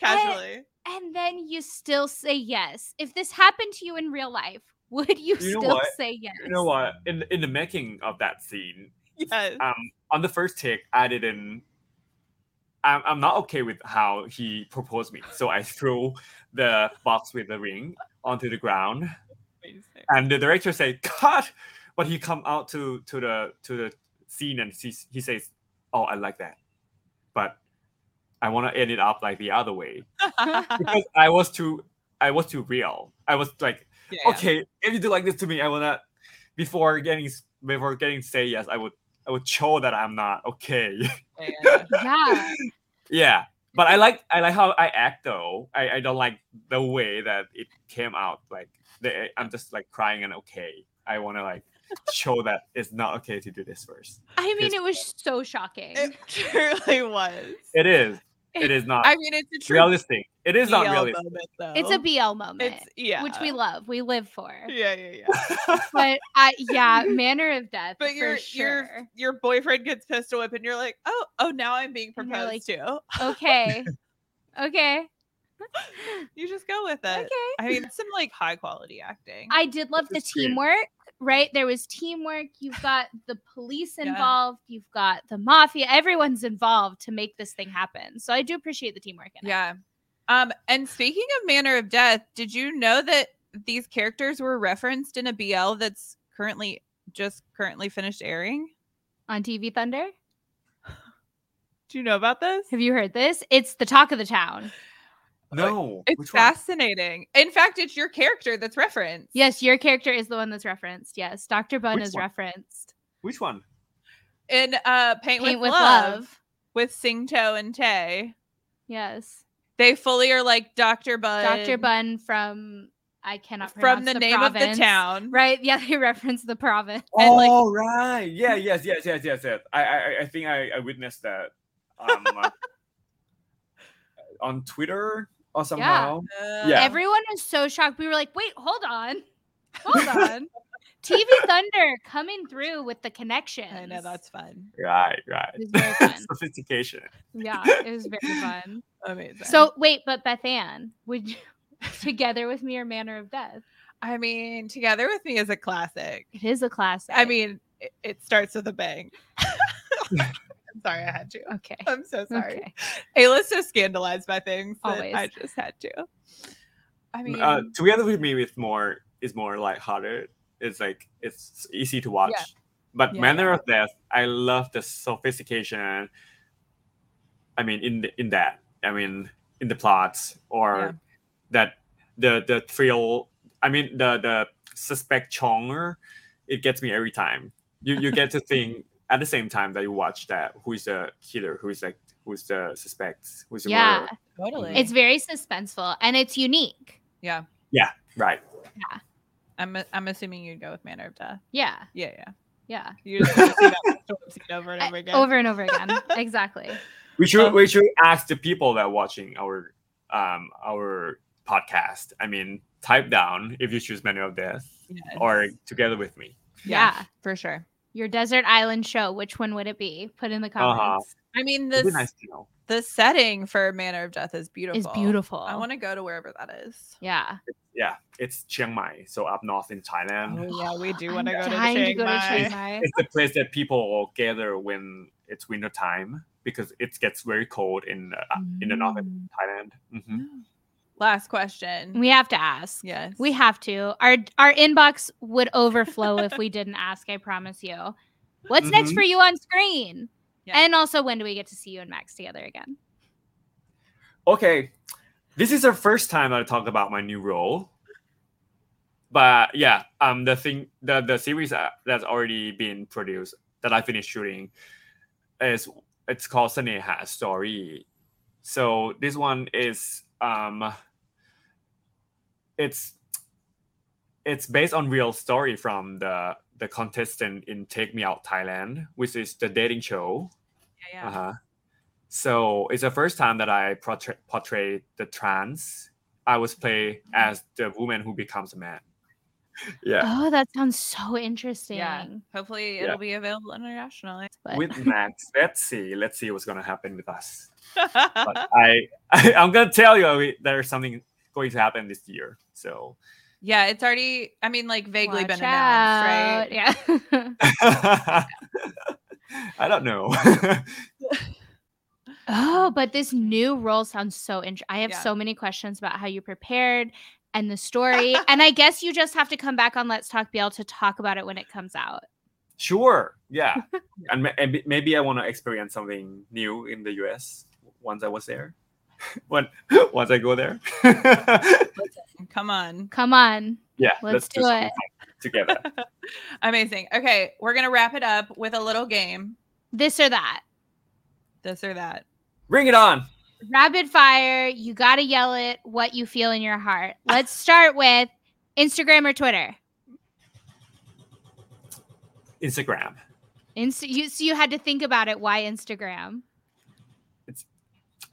casually. and then you still say yes. If this happened to you in real life, would you, You know still what? say yes? you know what in in the making of that scene Yes. um on the first take i didn't I'm, I'm not okay with how he proposed me so i threw the box with the ring onto the ground Wait a sec. and the director said cut but he come out to to the to the scene and he, he says oh i like that but i want to end it up like the other way because i was too i was too real i was like Yeah, yeah. okay if you do like this to me i will not before getting s- before getting say yes i would i would show that i'm not okay Yeah, yeah, Yeah. yeah but i like i like how i act though i i don't like the way that it came out like the, i'm just like crying and okay i want to like show that it's not okay to do this first I mean His- it was so shocking. it truly was. it is it is not I mean, it's a true realistic it is not BL realistic moment, though. it's a BL moment. It's yeah, Which we love. We live for. Yeah, yeah, yeah. but I yeah, manner of death. But for your sure. your your boyfriend gets pistol whipped, and you're like, oh, oh, now I'm being And you're proposed to. okay, okay, You just go with it. okay. Uh, I mean, some like high quality acting. I did love the is great. teamwork. Right, there was teamwork. You've got the police Yeah. involved. You've got the mafia. Everyone's involved to make this thing happen. So I do appreciate the teamwork. In it. yeah. Um, and speaking of manner of death, did you know that these characters were referenced in a BL that's currently just currently finished airing? On TV Thunder, Do you know about this? have you heard this? It's the talk of the town. no It's which one? fascinating. In fact, it's your character that's referenced. Yes, your character is the one that's referenced. Yes, Doctor Bun Which is one? referenced. which one In uh, Paint, Paint with, with love, love. with Sing Cho and Tay. Yes, They fully are like Dr. Bud. Doctor Bun from I cannot Uh, From pronounce the, name of province. the town. Right. Yeah, they reference the province. and, like- oh right yeah yes yes yes yes yes i i, I- I think I, I witnessed that um uh, on twitter or somehow. Yeah. Everyone was so shocked. We were like, wait, hold on. Hold on. TV Thunder coming through with the connection. I know that's fun. Right, right. It was very fun. Sophistication. yeah, it was very fun. Amazing. So wait, but Beth Ann, would you together with me or Manner of Death? I mean, together with me is a classic. It is a classic. I mean, it, it starts with a bang. I'm sorry, I had to. okay. I'm so sorry. Okay. Ayla's so scandalized by things Always. that I just had to. I mean, Uh, together with me with more is more like harder. It's like it's easy to watch. But Yeah. Manner of Death, I love the sophistication. I mean, in the, in that, I mean, in the plots or Yeah. that the the thrill. I mean, the the suspect chonger, it gets me every time. You you get to think at the same time that you watch that who is the killer, who is like who's the suspect, who's the Yeah. murderer. totally. It's very suspenseful and it's unique. yeah. Right. I'm I'm assuming you'd go with Manner of Death. Yeah. Yeah, yeah. Yeah. You just wanna see that storm scene over and over again. Over and over again. exactly. We should Um, we should ask the people that are watching our um our podcast. I mean, type down if you choose Menu of Death Yes. or together with me. yeah, Yeah. for sure. Your desert island show, which one would it be? Put in the Uh-huh. comments. I mean, It'd this be nice to know. the setting for Manner of Death is beautiful. Is beautiful. I want to go to wherever that is. Yeah. Yeah, it's Chiang Mai, so up north in Thailand. Oh yeah, we do I'm want to go to dying Chiang Chiang Mai. Mai. It's the place that people gather when it's winter time because it gets very cold in uh, Mm-hmm. in the north of Mm. Thailand. Mhm. Last question. We have to ask. yes, We have to. Our our inbox would overflow if we didn't ask, I promise you. What's next Mhm. for you on screen? Yeah. And also when do we get to see you and Max together again? Okay, this is the first time I talk about my new role. But yeah, um, the thing, the the series uh, that's already been produced that I finished shooting is it's called Saneha Story. So this one is um, it's it's based on real story from the the contestant in Take Me Out Thailand, which is the dating show. Yeah, yeah. Uh-huh. So it's the first time that I portray, portray the trans. I was play as the woman who becomes a man. Yeah, Oh, that sounds so interesting. Hopefully, Yeah. it'll be available internationally. But with Max. Let's see. Let's see what's gonna happen with us. But I, I I'm gonna tell you we, there's something going to happen this year. So yeah, it's already. I mean, like vaguely watch been out. announced, right? Yeah. I don't know. oh, but this new role sounds so interesting. I have Yeah. so many questions about how you prepared and the story. and I guess you just have to come back on Let's Talk BL to talk about it when it comes out. sure. Yeah. And, ma- and maybe I want to experience something new in the US once I was there. when once I go there. Come on. Come on. Yeah, Let's do something it. together. Amazing. Okay, we're gonna wrap it up with a little game. This or that. This or that. Bring it on. Rapid fire. You got to yell it what you feel in your heart. Let's start with Instagram or Twitter. Instagram. Inst- you, so you had to think about it. Why Instagram?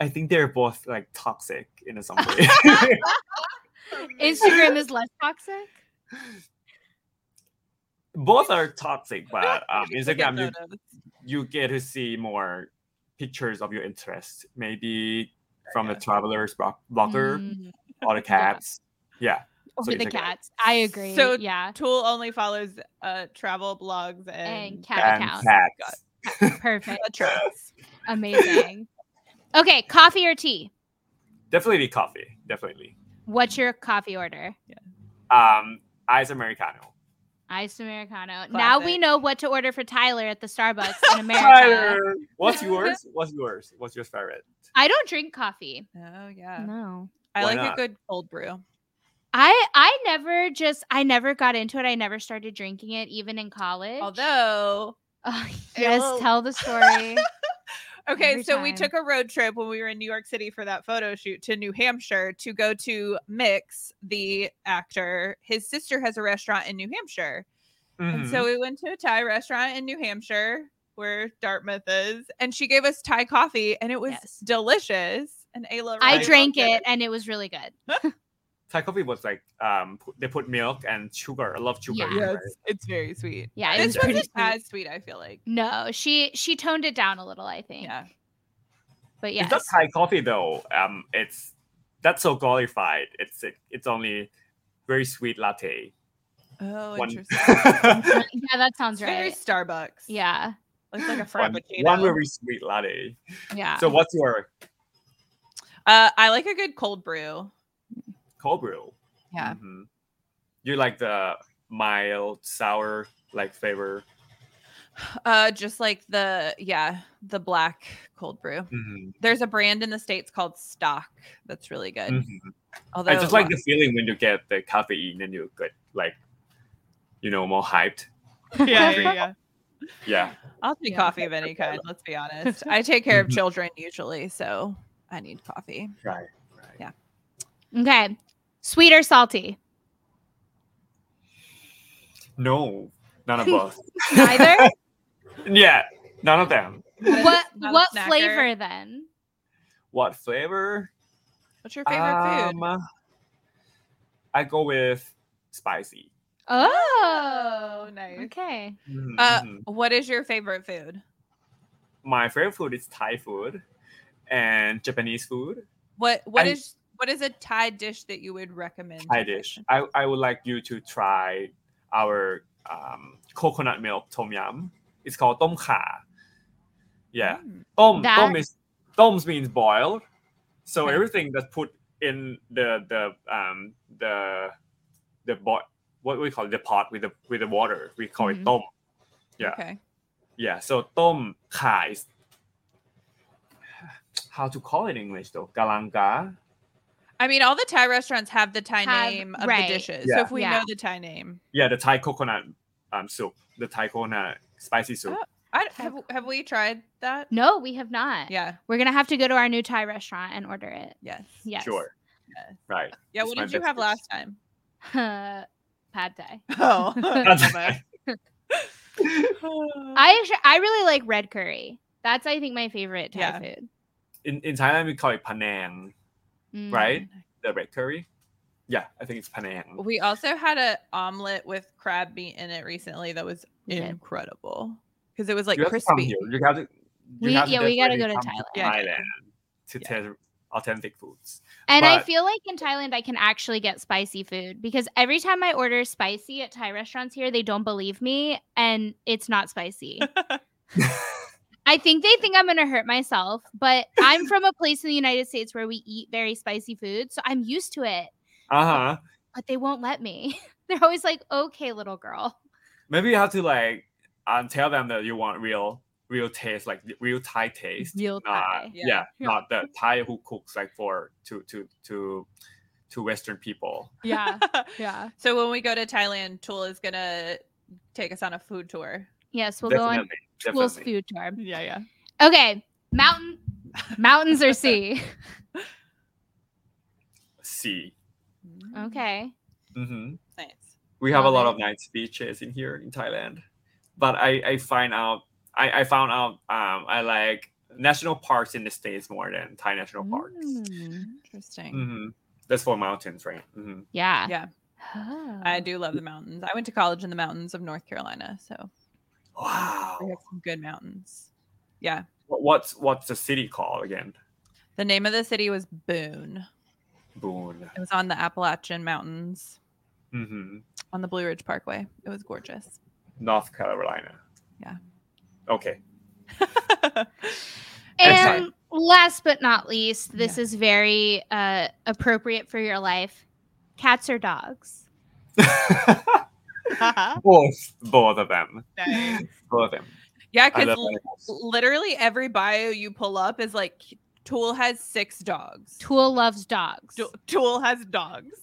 I think they're both like toxic in some way. Instagram is less toxic. both are toxic, but um, Look at Instagram you, photos. you get to see more pictures of your interests, maybe from Yeah. the travelers blo- blogger Mm, Mm-hmm. or the cats. Yeah, or So the Instagram. cats. I agree. So- yeah. Tool only follows uh travel blogs and, And cat and accounts. cats. Perfect. That tracks. Amazing. Okay, coffee or tea? Definitely coffee. Definitely. What's your coffee order? Um, ice americano. Iced Americano. Now we Classic. know what to order for Tyler at the Starbucks in America. Tyler, what's yours? What's yours? What's your favorite? I don't drink coffee. Oh yeah. No. I Why like not? a good cold brew. I I never just I never got into it. I never started drinking it even in college. Although Oh, yes, will- tell the story. Okay, Every so we time. took a road trip when we were in New York City for that photo shoot to New Hampshire to go to Mix, the actor. His sister has a restaurant in New Hampshire. And Mhm. so we went to a Thai restaurant in New Hampshire where Dartmouth is, and she gave us Thai coffee, and it was Yes. delicious. and Ayla. I really drank loved it and it was really good. Thai coffee was like um pu- they put milk and sugar. I love Yeah. sugar. in it, Yes, right? it's very sweet. Yeah, it this was wasn't pretty sweet. as sweet. I feel like. No, she she toned it down a little, I think. Yeah. But It's not yes, Thai coffee though. Um, it's that's so glorified. It's it's only very sweet latte. Oh, One- interesting. Uh, yeah, that sounds It's very right. Starbucks. Yeah, it's like a one, frappuccino. one very sweet latte. yeah. So what's your uh, I like a good cold brew. cold brew? Yeah. Mhm. You like the mild sour like flavor. Uh, just like the yeah, the black cold brew. Mm-hmm. There's a brand in the states called Stock that's really good. Mhm. Although I just like the feeling when you get the caffeine and you get like, you know, more hyped. yeah, coffee. yeah, yeah. Yeah. I'll take Yeah. coffee of any kind. Let's be honest. I take care Mm-hmm. of children usually, so I need coffee. Right. Right. Okay, sweet or salty? No, none of both. Neither. yeah, none of them. Not a- what not a what snacker. flavor then? What flavor? What's your favorite food? Um, I go with spicy. Oh, nice. Okay. Uh, Mhm. What is your favorite food? My favorite food is Thai food and Japanese food. What What I- is what is a Thai dish that you would recommend? to Thai dish. someone? I, I would like you to try our um, coconut milk tom yum. It's called tom kha. Yeah. Mm. Tom, That- tom is tom means boiled. So Okay. everything that's put in the the um the the bo- what we call it, the pot with the with the water. We call Mhm. it tom. Yeah. Okay. Yeah. So tom kha is how to call it in English though. Galanga. I mean, all the Thai restaurants have the Thai Have- name of right. the dishes. Yeah. So if we Yeah. know the Thai name, Yeah, the Thai coconut um soup. The Thai coconut spicy soup. I, have have we tried that? No, we have not. Yeah. We're gonna have to go to our new Thai restaurant and order it. Yes. Yes. Sure. Yes. Right. Yeah. It's What my did you best have dish. last time? Pad Thai. Oh. That's- I actually, I really like red curry. That's I think my favorite Thai Yeah. food. in, in Thailand, we call it panang, Mm. right? The red curry. Yeah, I think it's panang. we also had a omelet with crab meat in it recently that was We did. incredible because it was like you have to come crispy. here. You have to. You We- have yeah, we gotta definitely go to come Thailand. Yeah. to Yeah. taste authentic foods. And I But- feel like in Thailand I can actually get spicy food because every time I order spicy at Thai restaurants here, they don't believe me and it's not spicy. I think they think I'm gonna hurt myself, but I'm from a place in the United States where we eat very spicy food, so I'm used to it. Uh huh. But they won't let me. They're always like, "Okay, little girl." Maybe you have to like um, tell them that you want real, real taste, like the real Thai taste. Real Not, Thai. yeah. Yeah. Yeah. not the Thai who cooks like for to to to to Western people. Yeah, yeah. so when we go to Thailand, Tool is gonna take us on a food tour. Yes, we'll go on definitely, Tool's definitely. food tour. Yeah, yeah. Okay, mountain, mountains or sea? See. Okay. Mm-hmm. Nice. we have a lot Love of nice beaches in here in Thailand, but I I find out I I found out um I like national parks in the states more than Thai national parks. Mm, Interesting. hmm That's for mountains, right? hmm Yeah. Yeah. Oh. I do love the mountains. I went to college in the mountains of North Carolina, so we Wow. have some good mountains. Yeah. What- What's what's the city called again? The name of the city was Boone. Boone. It was on the Appalachian Mountains hmm on the Blue Ridge Parkway. It was gorgeous. North Carolina. Yeah. Okay. And Excellent. last but not least, this is very uh, appropriate for your life. Cats or dogs? both both of them. Nice. Both of them. Yeah, I love because animals. literally every bio you pull up is like Tool has six dogs. Tool loves dogs. Tool- Tool has dogs.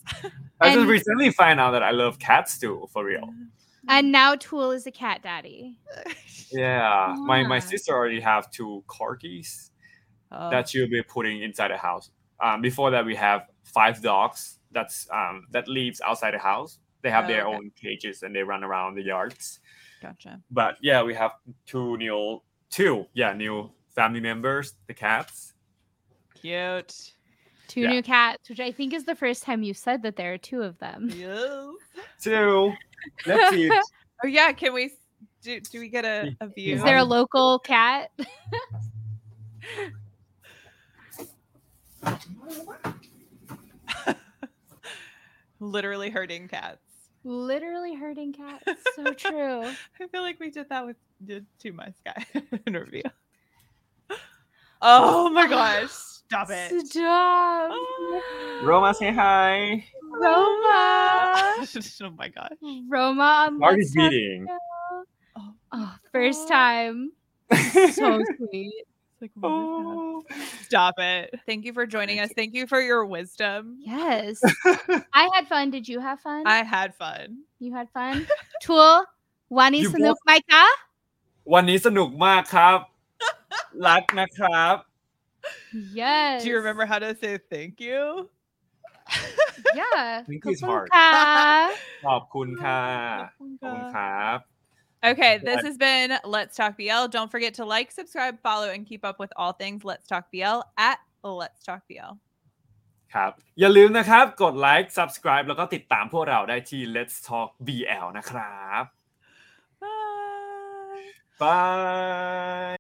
I just and- recently find out that I love cats too, for real. and now Tool is a cat daddy. Yeah, my my Yeah. sister already have two car keys Ah. Oh, that she'll be putting inside the house. Um, before that, we have five dogs. That's um that lives outside the house. They have Oh, their okay. own cages and they run around the yards. gotcha. But yeah, we have two new two yeah new family members, the cats. Cute. Two Yeah. new cats, which I think is the first time you said that there are two of them. Yes. So let's see. Oh yeah, can we? Do, do we get a, a view? Is there a local cat? Literally hurting cats. Literally hurting cats. So true. I feel like we did that with did to my sky interview. Oh my gosh! Stop it. Stop. Ah. Roma, say hi. Roma. oh my gosh. Roma on Mark Let's is Talk beating. Girl. Oh. Oh, first time. So sweet. It's like, what is that? Oh. Stop it. Thank you for joining us. Thank you for your wisdom. Yes. I had fun. Did you have fun? I had fun. you had fun. Tool. One is You Snoop Micah. วันนี้สนุกมากครับ รักนะครับ Yes. Do you remember how to say thank you? Yeah. think it's hard. Kapunka. ขอบคุณ Oh ค่ะขอบคุณครับ Okay, Yeah, this has been Let's Talk BL. Don't forget to like, subscribe, follow, and keep up with all things Let's Talk BL at Let's Talk BL. ครับ อย่าลืมนะครับ กดไลค์ subscribe แล้วก็ติดตามพวกเราได้ที่ Let's Talk BL นะครับ Bye. บาย